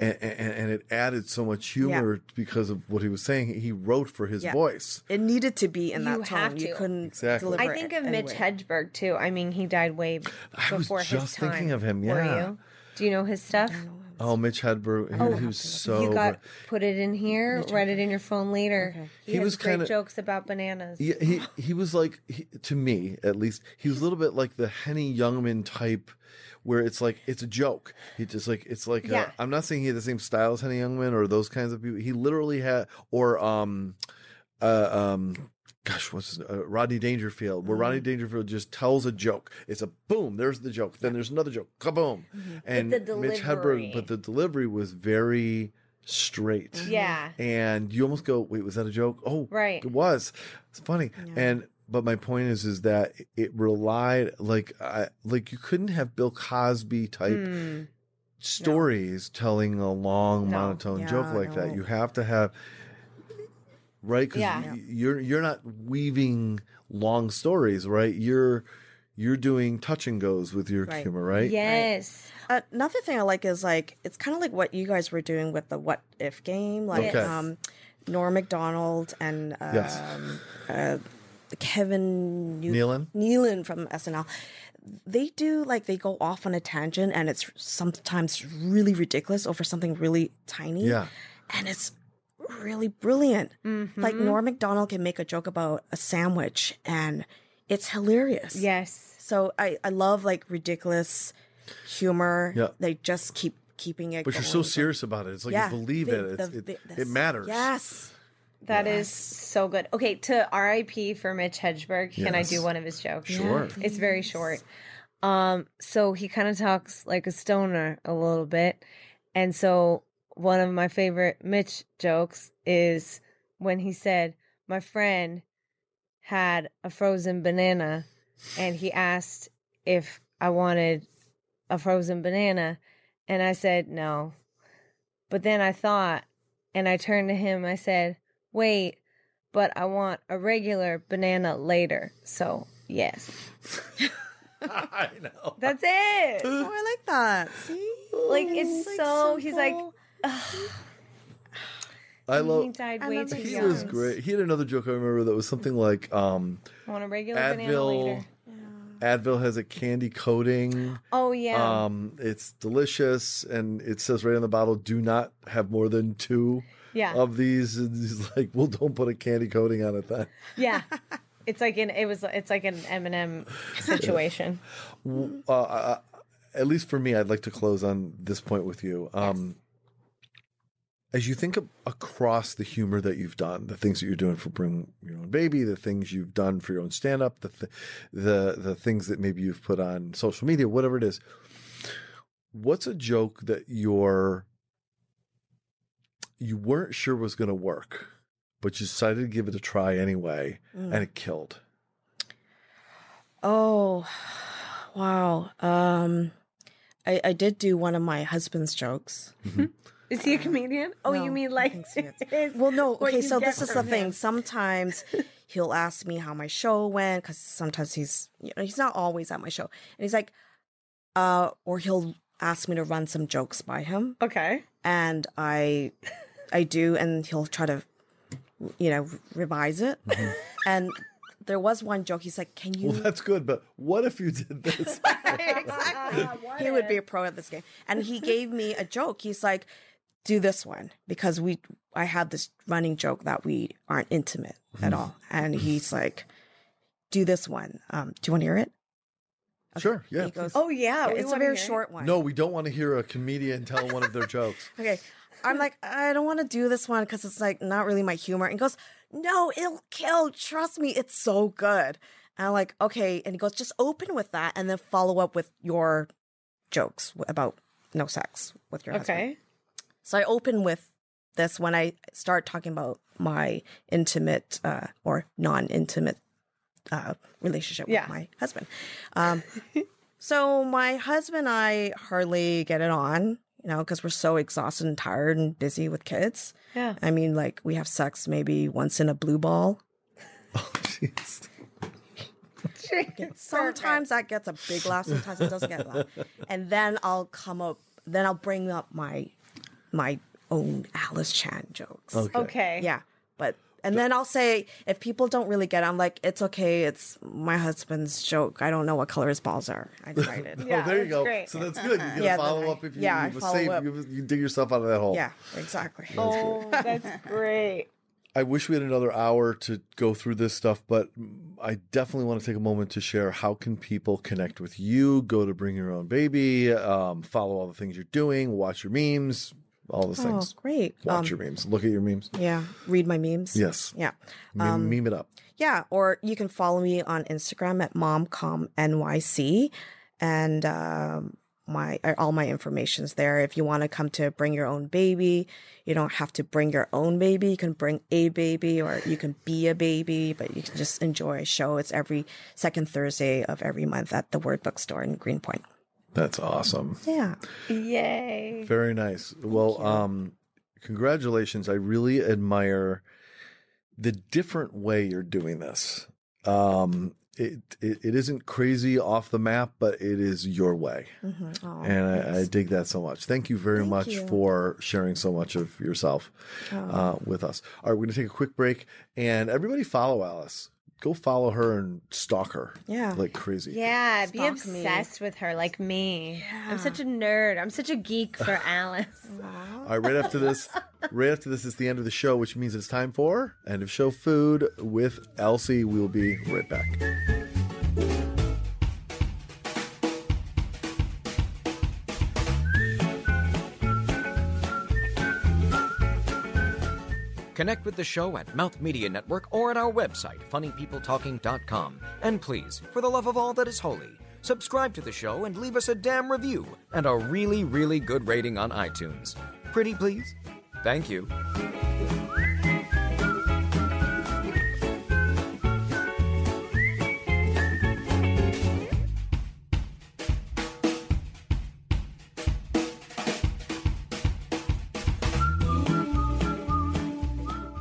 And, and, and it added so much humor because of what he was saying. He wrote for his Yeah. voice. It needed to be in You that have tone. You to. couldn't Exactly. deliver I think it of Mitch anyway. Hedberg too. I mean, he died way b- I was before his just time. thinking of him, Were yeah. you? Do you know his stuff? Oh, Mitch Hedberg, he, he was so. you got br- put it in here. Write it in your phone later. He, He has was great kinda- jokes about bananas. Yeah, he he was like he, to me at least he was a little bit like the Henny Youngman type, where it's like it's a joke. He just like it's like uh Yeah. i I'm not saying he had the same style as Henny Youngman or those kinds of people. He literally had or um, uh, um. Gosh, what's his, uh, Rodney Dangerfield? Where Mm. Rodney Dangerfield just tells a joke. It's a boom. There's the joke. Then there's another joke. Kaboom. And Mm-hmm. the Mitch Hedberg, delivery. but the delivery was very straight Yeah. and you almost go, "Wait, was that a joke?" Oh, Right. it was. It's funny, and but my point is, is that it relied like, I, like you couldn't have Bill Cosby type Mm, Hmm. stories telling a long No. monotone joke Yeah, like that. no. You have to have right because Yeah. you're you're not weaving long stories, right? You're you're doing touch and goes with your Right. humor, right? Yes. Uh, Another thing I like is like it's kind of like what you guys were doing with the what if game, like Okay. um, Norm Macdonald and um, Yes. uh, Kevin New- Nealon? Nealon from SNL. They do like they go off on a tangent, and it's sometimes really ridiculous over something really tiny. Yeah. and it's really brilliant. Like Norm Macdonald can make a joke about a sandwich, and it's hilarious. Yes. So I, I love like ridiculous humor. Yeah. They just keep keeping it. But you're so going. serious about it. It's like you believe They- it. It's, the- it, the- it matters. Yes. that is so good. Okay, to RIP for Mitch Hedberg. Can I do Yes. one of his jokes? Sure. It's very short. Um, so he kind of talks like a stoner a little bit. And so one of my favorite Mitch jokes is when he said, My friend had a frozen banana and he asked if I wanted a frozen banana. And I said, No. But then I thought, and I turned to him, I said, Wait, but I want a regular banana later. So, yes. I know. That's it. Oh, I like that. See, Like, it's so- he's like- "Mm, simple. I love. he died I way love too that He Yeah. was young. great. He had another joke I remember that was something like um, I want a regular banana Advil. later. Advil has a candy coating. Oh yeah. Um, it's delicious, and it says right on the bottle, "Do not have more than two yeah. of these." And he's like, "Well, don't put a candy coating on it then." yeah. It's like an it was it's like an Eminem situation. W- Uh, I- I- at least for me, I'd like to close on this point with you. Um, As you think of, across the humor that you've done, the things that you're doing for Bring Your Own Baby, the things you've done for your own stand up, the, th- the, the things that maybe you've put on social media, whatever it is, what's a joke that you're, you weren't sure was going to work, but you decided to give it a try anyway, Mm. and it killed? Oh, wow. Um, I, I did do one of my husband's jokes. Is he a comedian? Oh, you No, mean I like think so, yes. it is Well, no. what Okay, you so get this is the from thing. him. Sometimes he'll ask me how my show went because sometimes he's you know, he's not always at my show, and he's like, uh, or he'll ask me to run some jokes by him, Okay. and I, I do, and he'll try to, you know, revise it, Mm-hmm. and. There was one joke. He's like, "Can you?" Well, that's good, but what if you did this? he would be a pro at this game. And he gave me a joke. He's like, "Do this one because we I have this running joke that we aren't intimate Mm-hmm. at all." And he's like, "Do this one. Um, do you want to hear it?" Sure, yeah. He goes, Oh yeah, "Yeah, we it's a wanna very hear it. short one." No, we don't want to hear a comedian tell one of their jokes. Okay. I'm like, I don't want to do this one because it's like not really my humor. And he goes, No, it'll kill. Trust me, it's so good. And I'm like, okay. And he goes, just open with that and then follow up with your jokes w- about no sex with your husband. Okay. So I open with this when I start talking about my intimate uh, or non intimate uh, relationship Yeah. with my husband. Um, so my husband and I hardly get it on, you know, because we're so exhausted and tired and busy with kids. Yeah. I mean, like we have sex maybe once in a blue ball. Oh, jeez. Sometimes that gets a big laugh. Sometimes it doesn't get a laugh. And then I'll come up. Then I'll bring up my my own Alice Chan jokes. Okay. Yeah. But and then I'll say if people don't really get it, I'm like, it's okay, it's my husband's joke. I don't know what color his balls are. I tried it. Yeah, oh, there you that's go. great. So that's good. You get Yeah, then a follow I- up if you, yeah, I you, follow save, up. you you dig yourself out of that hole. yeah, exactly. Oh, that's great. I wish we had another hour to go through this stuff, but I definitely want to take a moment to share how can people connect with you, go to Bring Your Own Baby, um, follow all the things you're doing, watch your memes, all those Oh, things. great. Watch Um, your memes. Look at your memes. yeah. Read my memes. Yes. Yeah. Um, Meme, meme it up. Yeah. Or you can follow me on Instagram at momcomnyc and um my uh, all my information's there. If you want to come to bring your own baby, you don't have to bring your own baby. You can bring a baby, or you can be a baby, but you can just enjoy a show. It's every second Thursday of every month at the Word Bookstore in Greenpoint. That's awesome. Yeah, Yay. Very nice. well, um, congratulations. I really admire the different way you're doing this. Um, it, it it isn't crazy off the map, but it is your way, hmm oh, and I, I thanks. dig that so much. Thank you very Thank much you. Oh. for sharing so much of yourself uh, with us. All right, we're going to take a quick break, and everybody follow Alice. Go follow her and stalk her. Yeah. like crazy. Yeah, be Stalk me. obsessed with her like me. I'm such a nerd. I'm such a geek for Alice. All right, right after this, right after this is the end of the show, which means it's time for end of show food with Elsie. We'll be right back. Connect with the show at Mouth Media Network or at our website, funnypeopletalking.com. And please, for the love of all that is holy, subscribe to the show and leave us a damn review and a really, really good rating on iTunes. Pretty please? Thank you.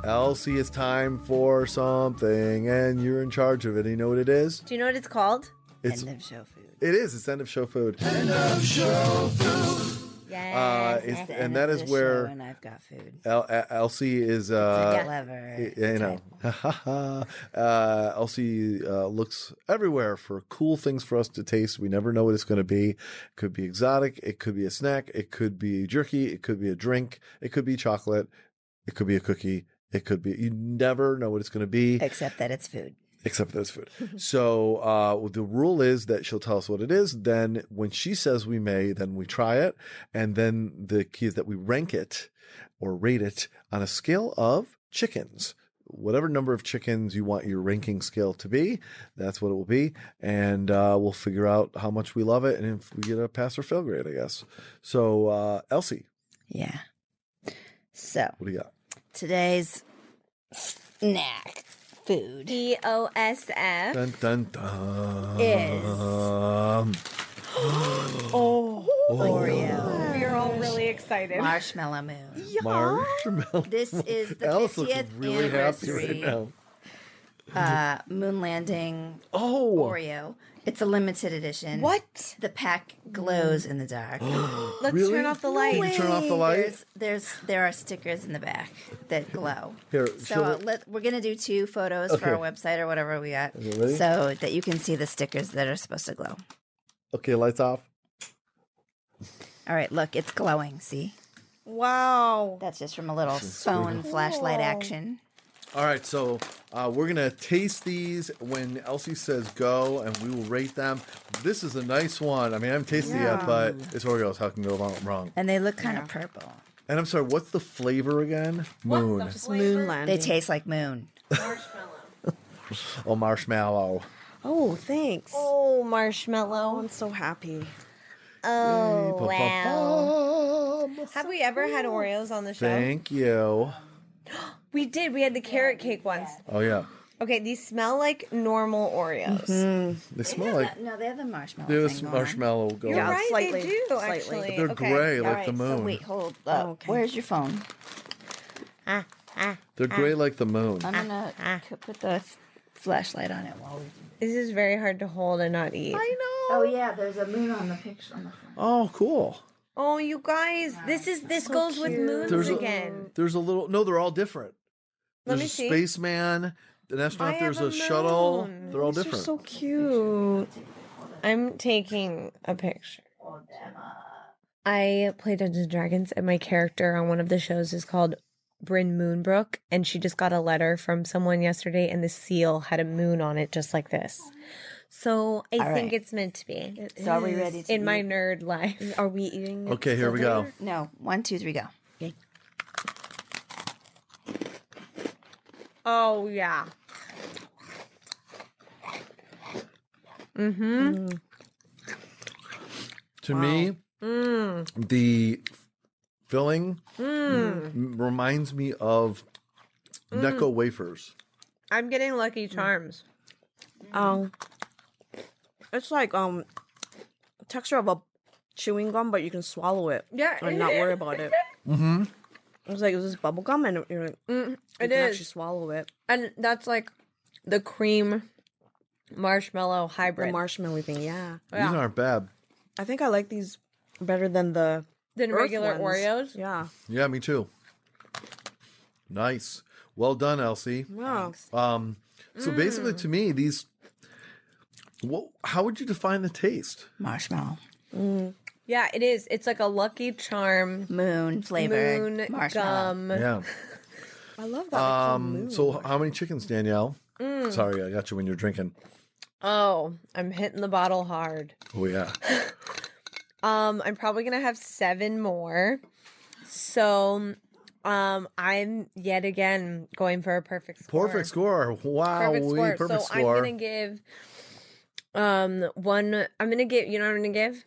Elsie, it's time for something, and you're in charge of it. And you know what it is? Do you know what it's called? It's End of show food. it is. It's end of show food. End of show food. Yes, Uh, it's- at the and end that of is the where- show and I've got food. El- El- Elsie is it's uh, clever. y- you know, uh, Elsie uh, looks everywhere for cool things for us to taste. We never know what it's going to be. could be exotic. It could be a snack. It could be jerky. It could be a drink. It could be chocolate. It could be a cookie. It could be. You never know what it's going to be except that it's food. except for this food. so uh, the rule is that she'll tell us what it is. Then when she says we may, then we try it, and then the key is that we rank it or rate it on a scale of chickens. Whatever number of chickens you want your ranking scale to be, that's what it will be, and uh, we'll figure out how much we love it, and if we get a pass or fail grade, I guess. So, uh, Elsie, Yeah. So what do you got? today's snack food D O S F. Dun dun dun. Oh, Oreo We are all really excited. marshmallow moon. marshmallow. This is the Alice looks 50th really happy right anniversary. now. Uh, moon landing Oh, Oreo. It's a limited edition. What? The pack glows in the dark. Let's Really? turn off the Can you light. turn off the light? There's, there's there are stickers in the back that glow. Here, so shall uh, we- let, we're gonna do two photos for our Okay. website or whatever we got, Okay, ready? so that you can see the stickers that are supposed to glow. okay, lights off. All right, look, it's glowing. See, Wow. that's just from a little phone flashlight action. All right, so uh, we're gonna taste these when Elsie says go, and we will rate them. This is a nice one. I mean, I haven't tasted it yet, but it's Oreos. How can go wrong- wrong? And they look kind of purple. And I'm sorry, what's the flavor again? Moon. It's moon landing. They taste like moon. oh, marshmallow. oh, thanks. Oh, Oh, marshmallow. I'm so happy. Oh, wow. Ba-ba-bum. Have we ever had Oreos on the show? Thank you. We did. We had the carrot cake ones. Oh yeah, Okay, these smell like normal Oreos. they smell like no, they have the marshmallow. this thing going on. marshmallow go. You're Yeah, right, slightly, they do slightly. actually. They're okay. gray All like right, the moon. So wait, hold up. okay. Where's your phone? They're gray like the moon. I'm gonna c- put the f- flashlight on it while we. This is very hard to hold and not eat. Oh yeah, there's a moon on the picture on the front. Oh, cool. Oh, you guys, this is this goes with moons There's a- again. There's a little. No, they're all different. Let There's me a see. spaceman, an astronaut. I there's have a, a shuttle. moon. They're all These are different. so cute. I'm taking a picture. I play Dungeons and Dragons, and my character on one of the shows is called Bryn Moonbrook, and she just got a letter from someone yesterday, and the seal had a moon on it, just like this. So I All think right. it's meant to be So are we ready to in my eat? nerd life. Are we eating? okay, here we go. No, one, two, three, go. Oh yeah. To me, Mm. the filling m- reminds me of Mm. Necco wafers. I'm getting Hmm. Lucky Charms. Um, Mm-hmm. it's like um, texture of a chewing gum, but you can swallow it. Yeah. and not worry about it. Mm-hmm. It's like is this bubble gum, and you're like, you Mm-hmm. It can actually is. swallow it. And that's like the cream marshmallow hybrid. The marshmallow thing, yeah. These Yeah. aren't bad. I think I like these better than the Than earth regular ones. Oreos? Yeah, Yeah, me too. Nice. Well done, Elsie. yeah. Um, so basically, Mm. to me, these. What? How would you define the taste? Marshmallow, Yeah, it is. It's like a Lucky Charm moon flavored moon marshmallow. gum. Yeah. I love that. Um, so h- how many chickens, Danielle? Mm. Sorry, I got you when you're drinking. Oh, I'm hitting the bottle hard. Oh yeah. Um, I'm probably gonna have seven more. So um I'm yet again going for a perfect score. Perfect score. Wow. perfect score. Perfect so score. I'm gonna give um one. I'm gonna give. You know what I'm gonna give?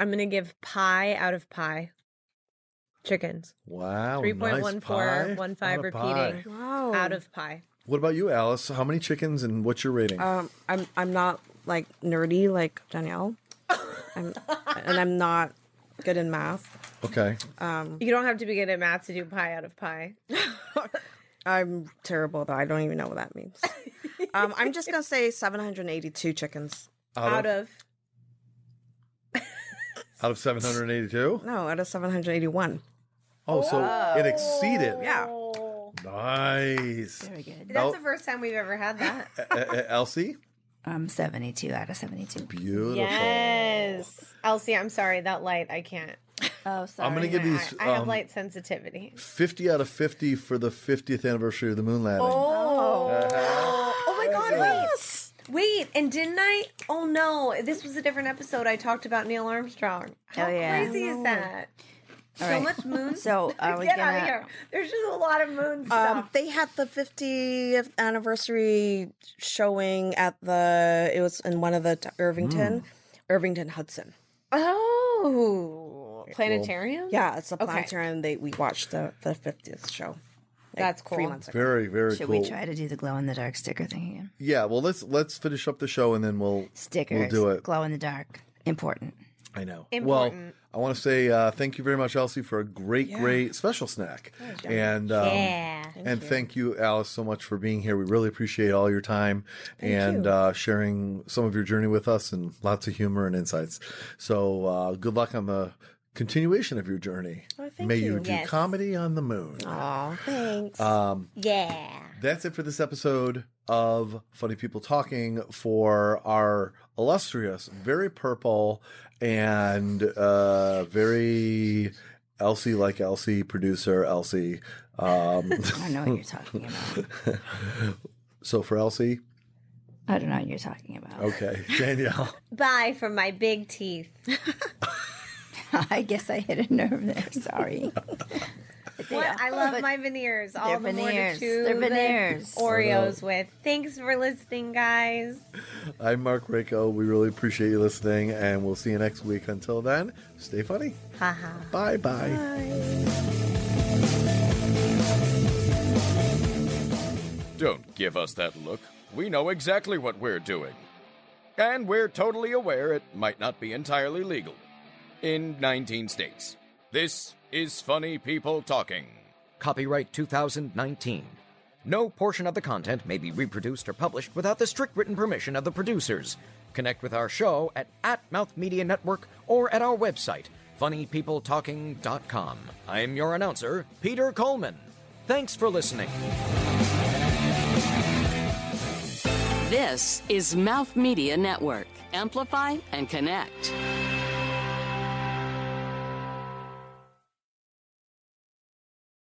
I'm gonna give pie out of pie. Chickens wow. three point Oh, nice one pie. four one five Not a pie. Oh. repeating wow. out of pie. What about you, Alice? How many chickens and what's your rating? um, I'm I'm not like nerdy like Danielle, I'm, and I'm not good in math. Um, okay. You don't have to be good at math to do pie out of pie. I'm terrible though. I don't even know what that means. um, I'm just gonna say 782 chickens. Out, of out of 782. No, out of 781. Oh, so it exceeded. Yeah. Nice. Very good. That's Oh. the first time we've ever had that. E- e- Elsie, Um, 72 out of 72. beautiful. yes. Elsie, I'm sorry. That light, I can't. Oh, sorry. I'm going to give I- these I, have um, light sensitivity. 50 out of 50 for the 50th anniversary of the moon landing. Oh. Oh my God, yes. Wait, and didn't I? Oh no, this was a different episode. I talked about Neil Armstrong. How Oh, yeah. crazy is that? All so right. much moon. So, are we get out of gonna- here. There's just a lot of moon stuff. Um, they had the 50th anniversary showing at the, it was in one of the t- Mm. Irvington, Irvington Hudson. oh, planetarium. Yeah, it's a Okay. planetarium. They, we watched the, the 50th show. like, That's Three cool. months ago. Very, very Should cool. we try to do the glow in the dark sticker thing again? Yeah, well, let's let's finish up the show and then we'll Stickers. We'll do it. Glow in the dark. Important. I know. Well, Important. I want to say uh, thank you very much, Elsie, for a great, great special snack. and um, Yeah. and thank you, Alice, so much for being here. We really appreciate all your time and Uh, sharing some of your journey with us and lots of humor and insights. So uh, good luck on the continuation of your journey. May you, do Yes. comedy on the moon. Aw, thanks. Um, Yeah. That's it for this episode of Funny People Talking for our illustrious, very purple, and uh, very Elsie like Elsie producer, Elsie. Um, I don't know what you're talking about. so for Elsie, I don't know what you're talking about. okay, Danielle. Bye from my big teeth. I guess I hit a nerve there. Sorry. What- I love my veneers. All the more to veneers. chew They're the veneers. Oreos with. Thanks for listening, guys. I'm Mark Rako. We really appreciate you listening, and we'll see you next week. Until then, stay funny. Haha. Bye bye. Don't give us that look. We know exactly what we're doing. And we're totally aware it might not be entirely legal. In 19 states. This is Funny People Talking. Copyright 2019. No portion of the content may be reproduced or published without the strict written permission of the producers. Connect with our show at, at Mouth Media Network or at our website, funnypeopletalking.com. I'm your announcer, Peter Coleman. Thanks for listening. This is Mouth Media Network. Amplify and connect.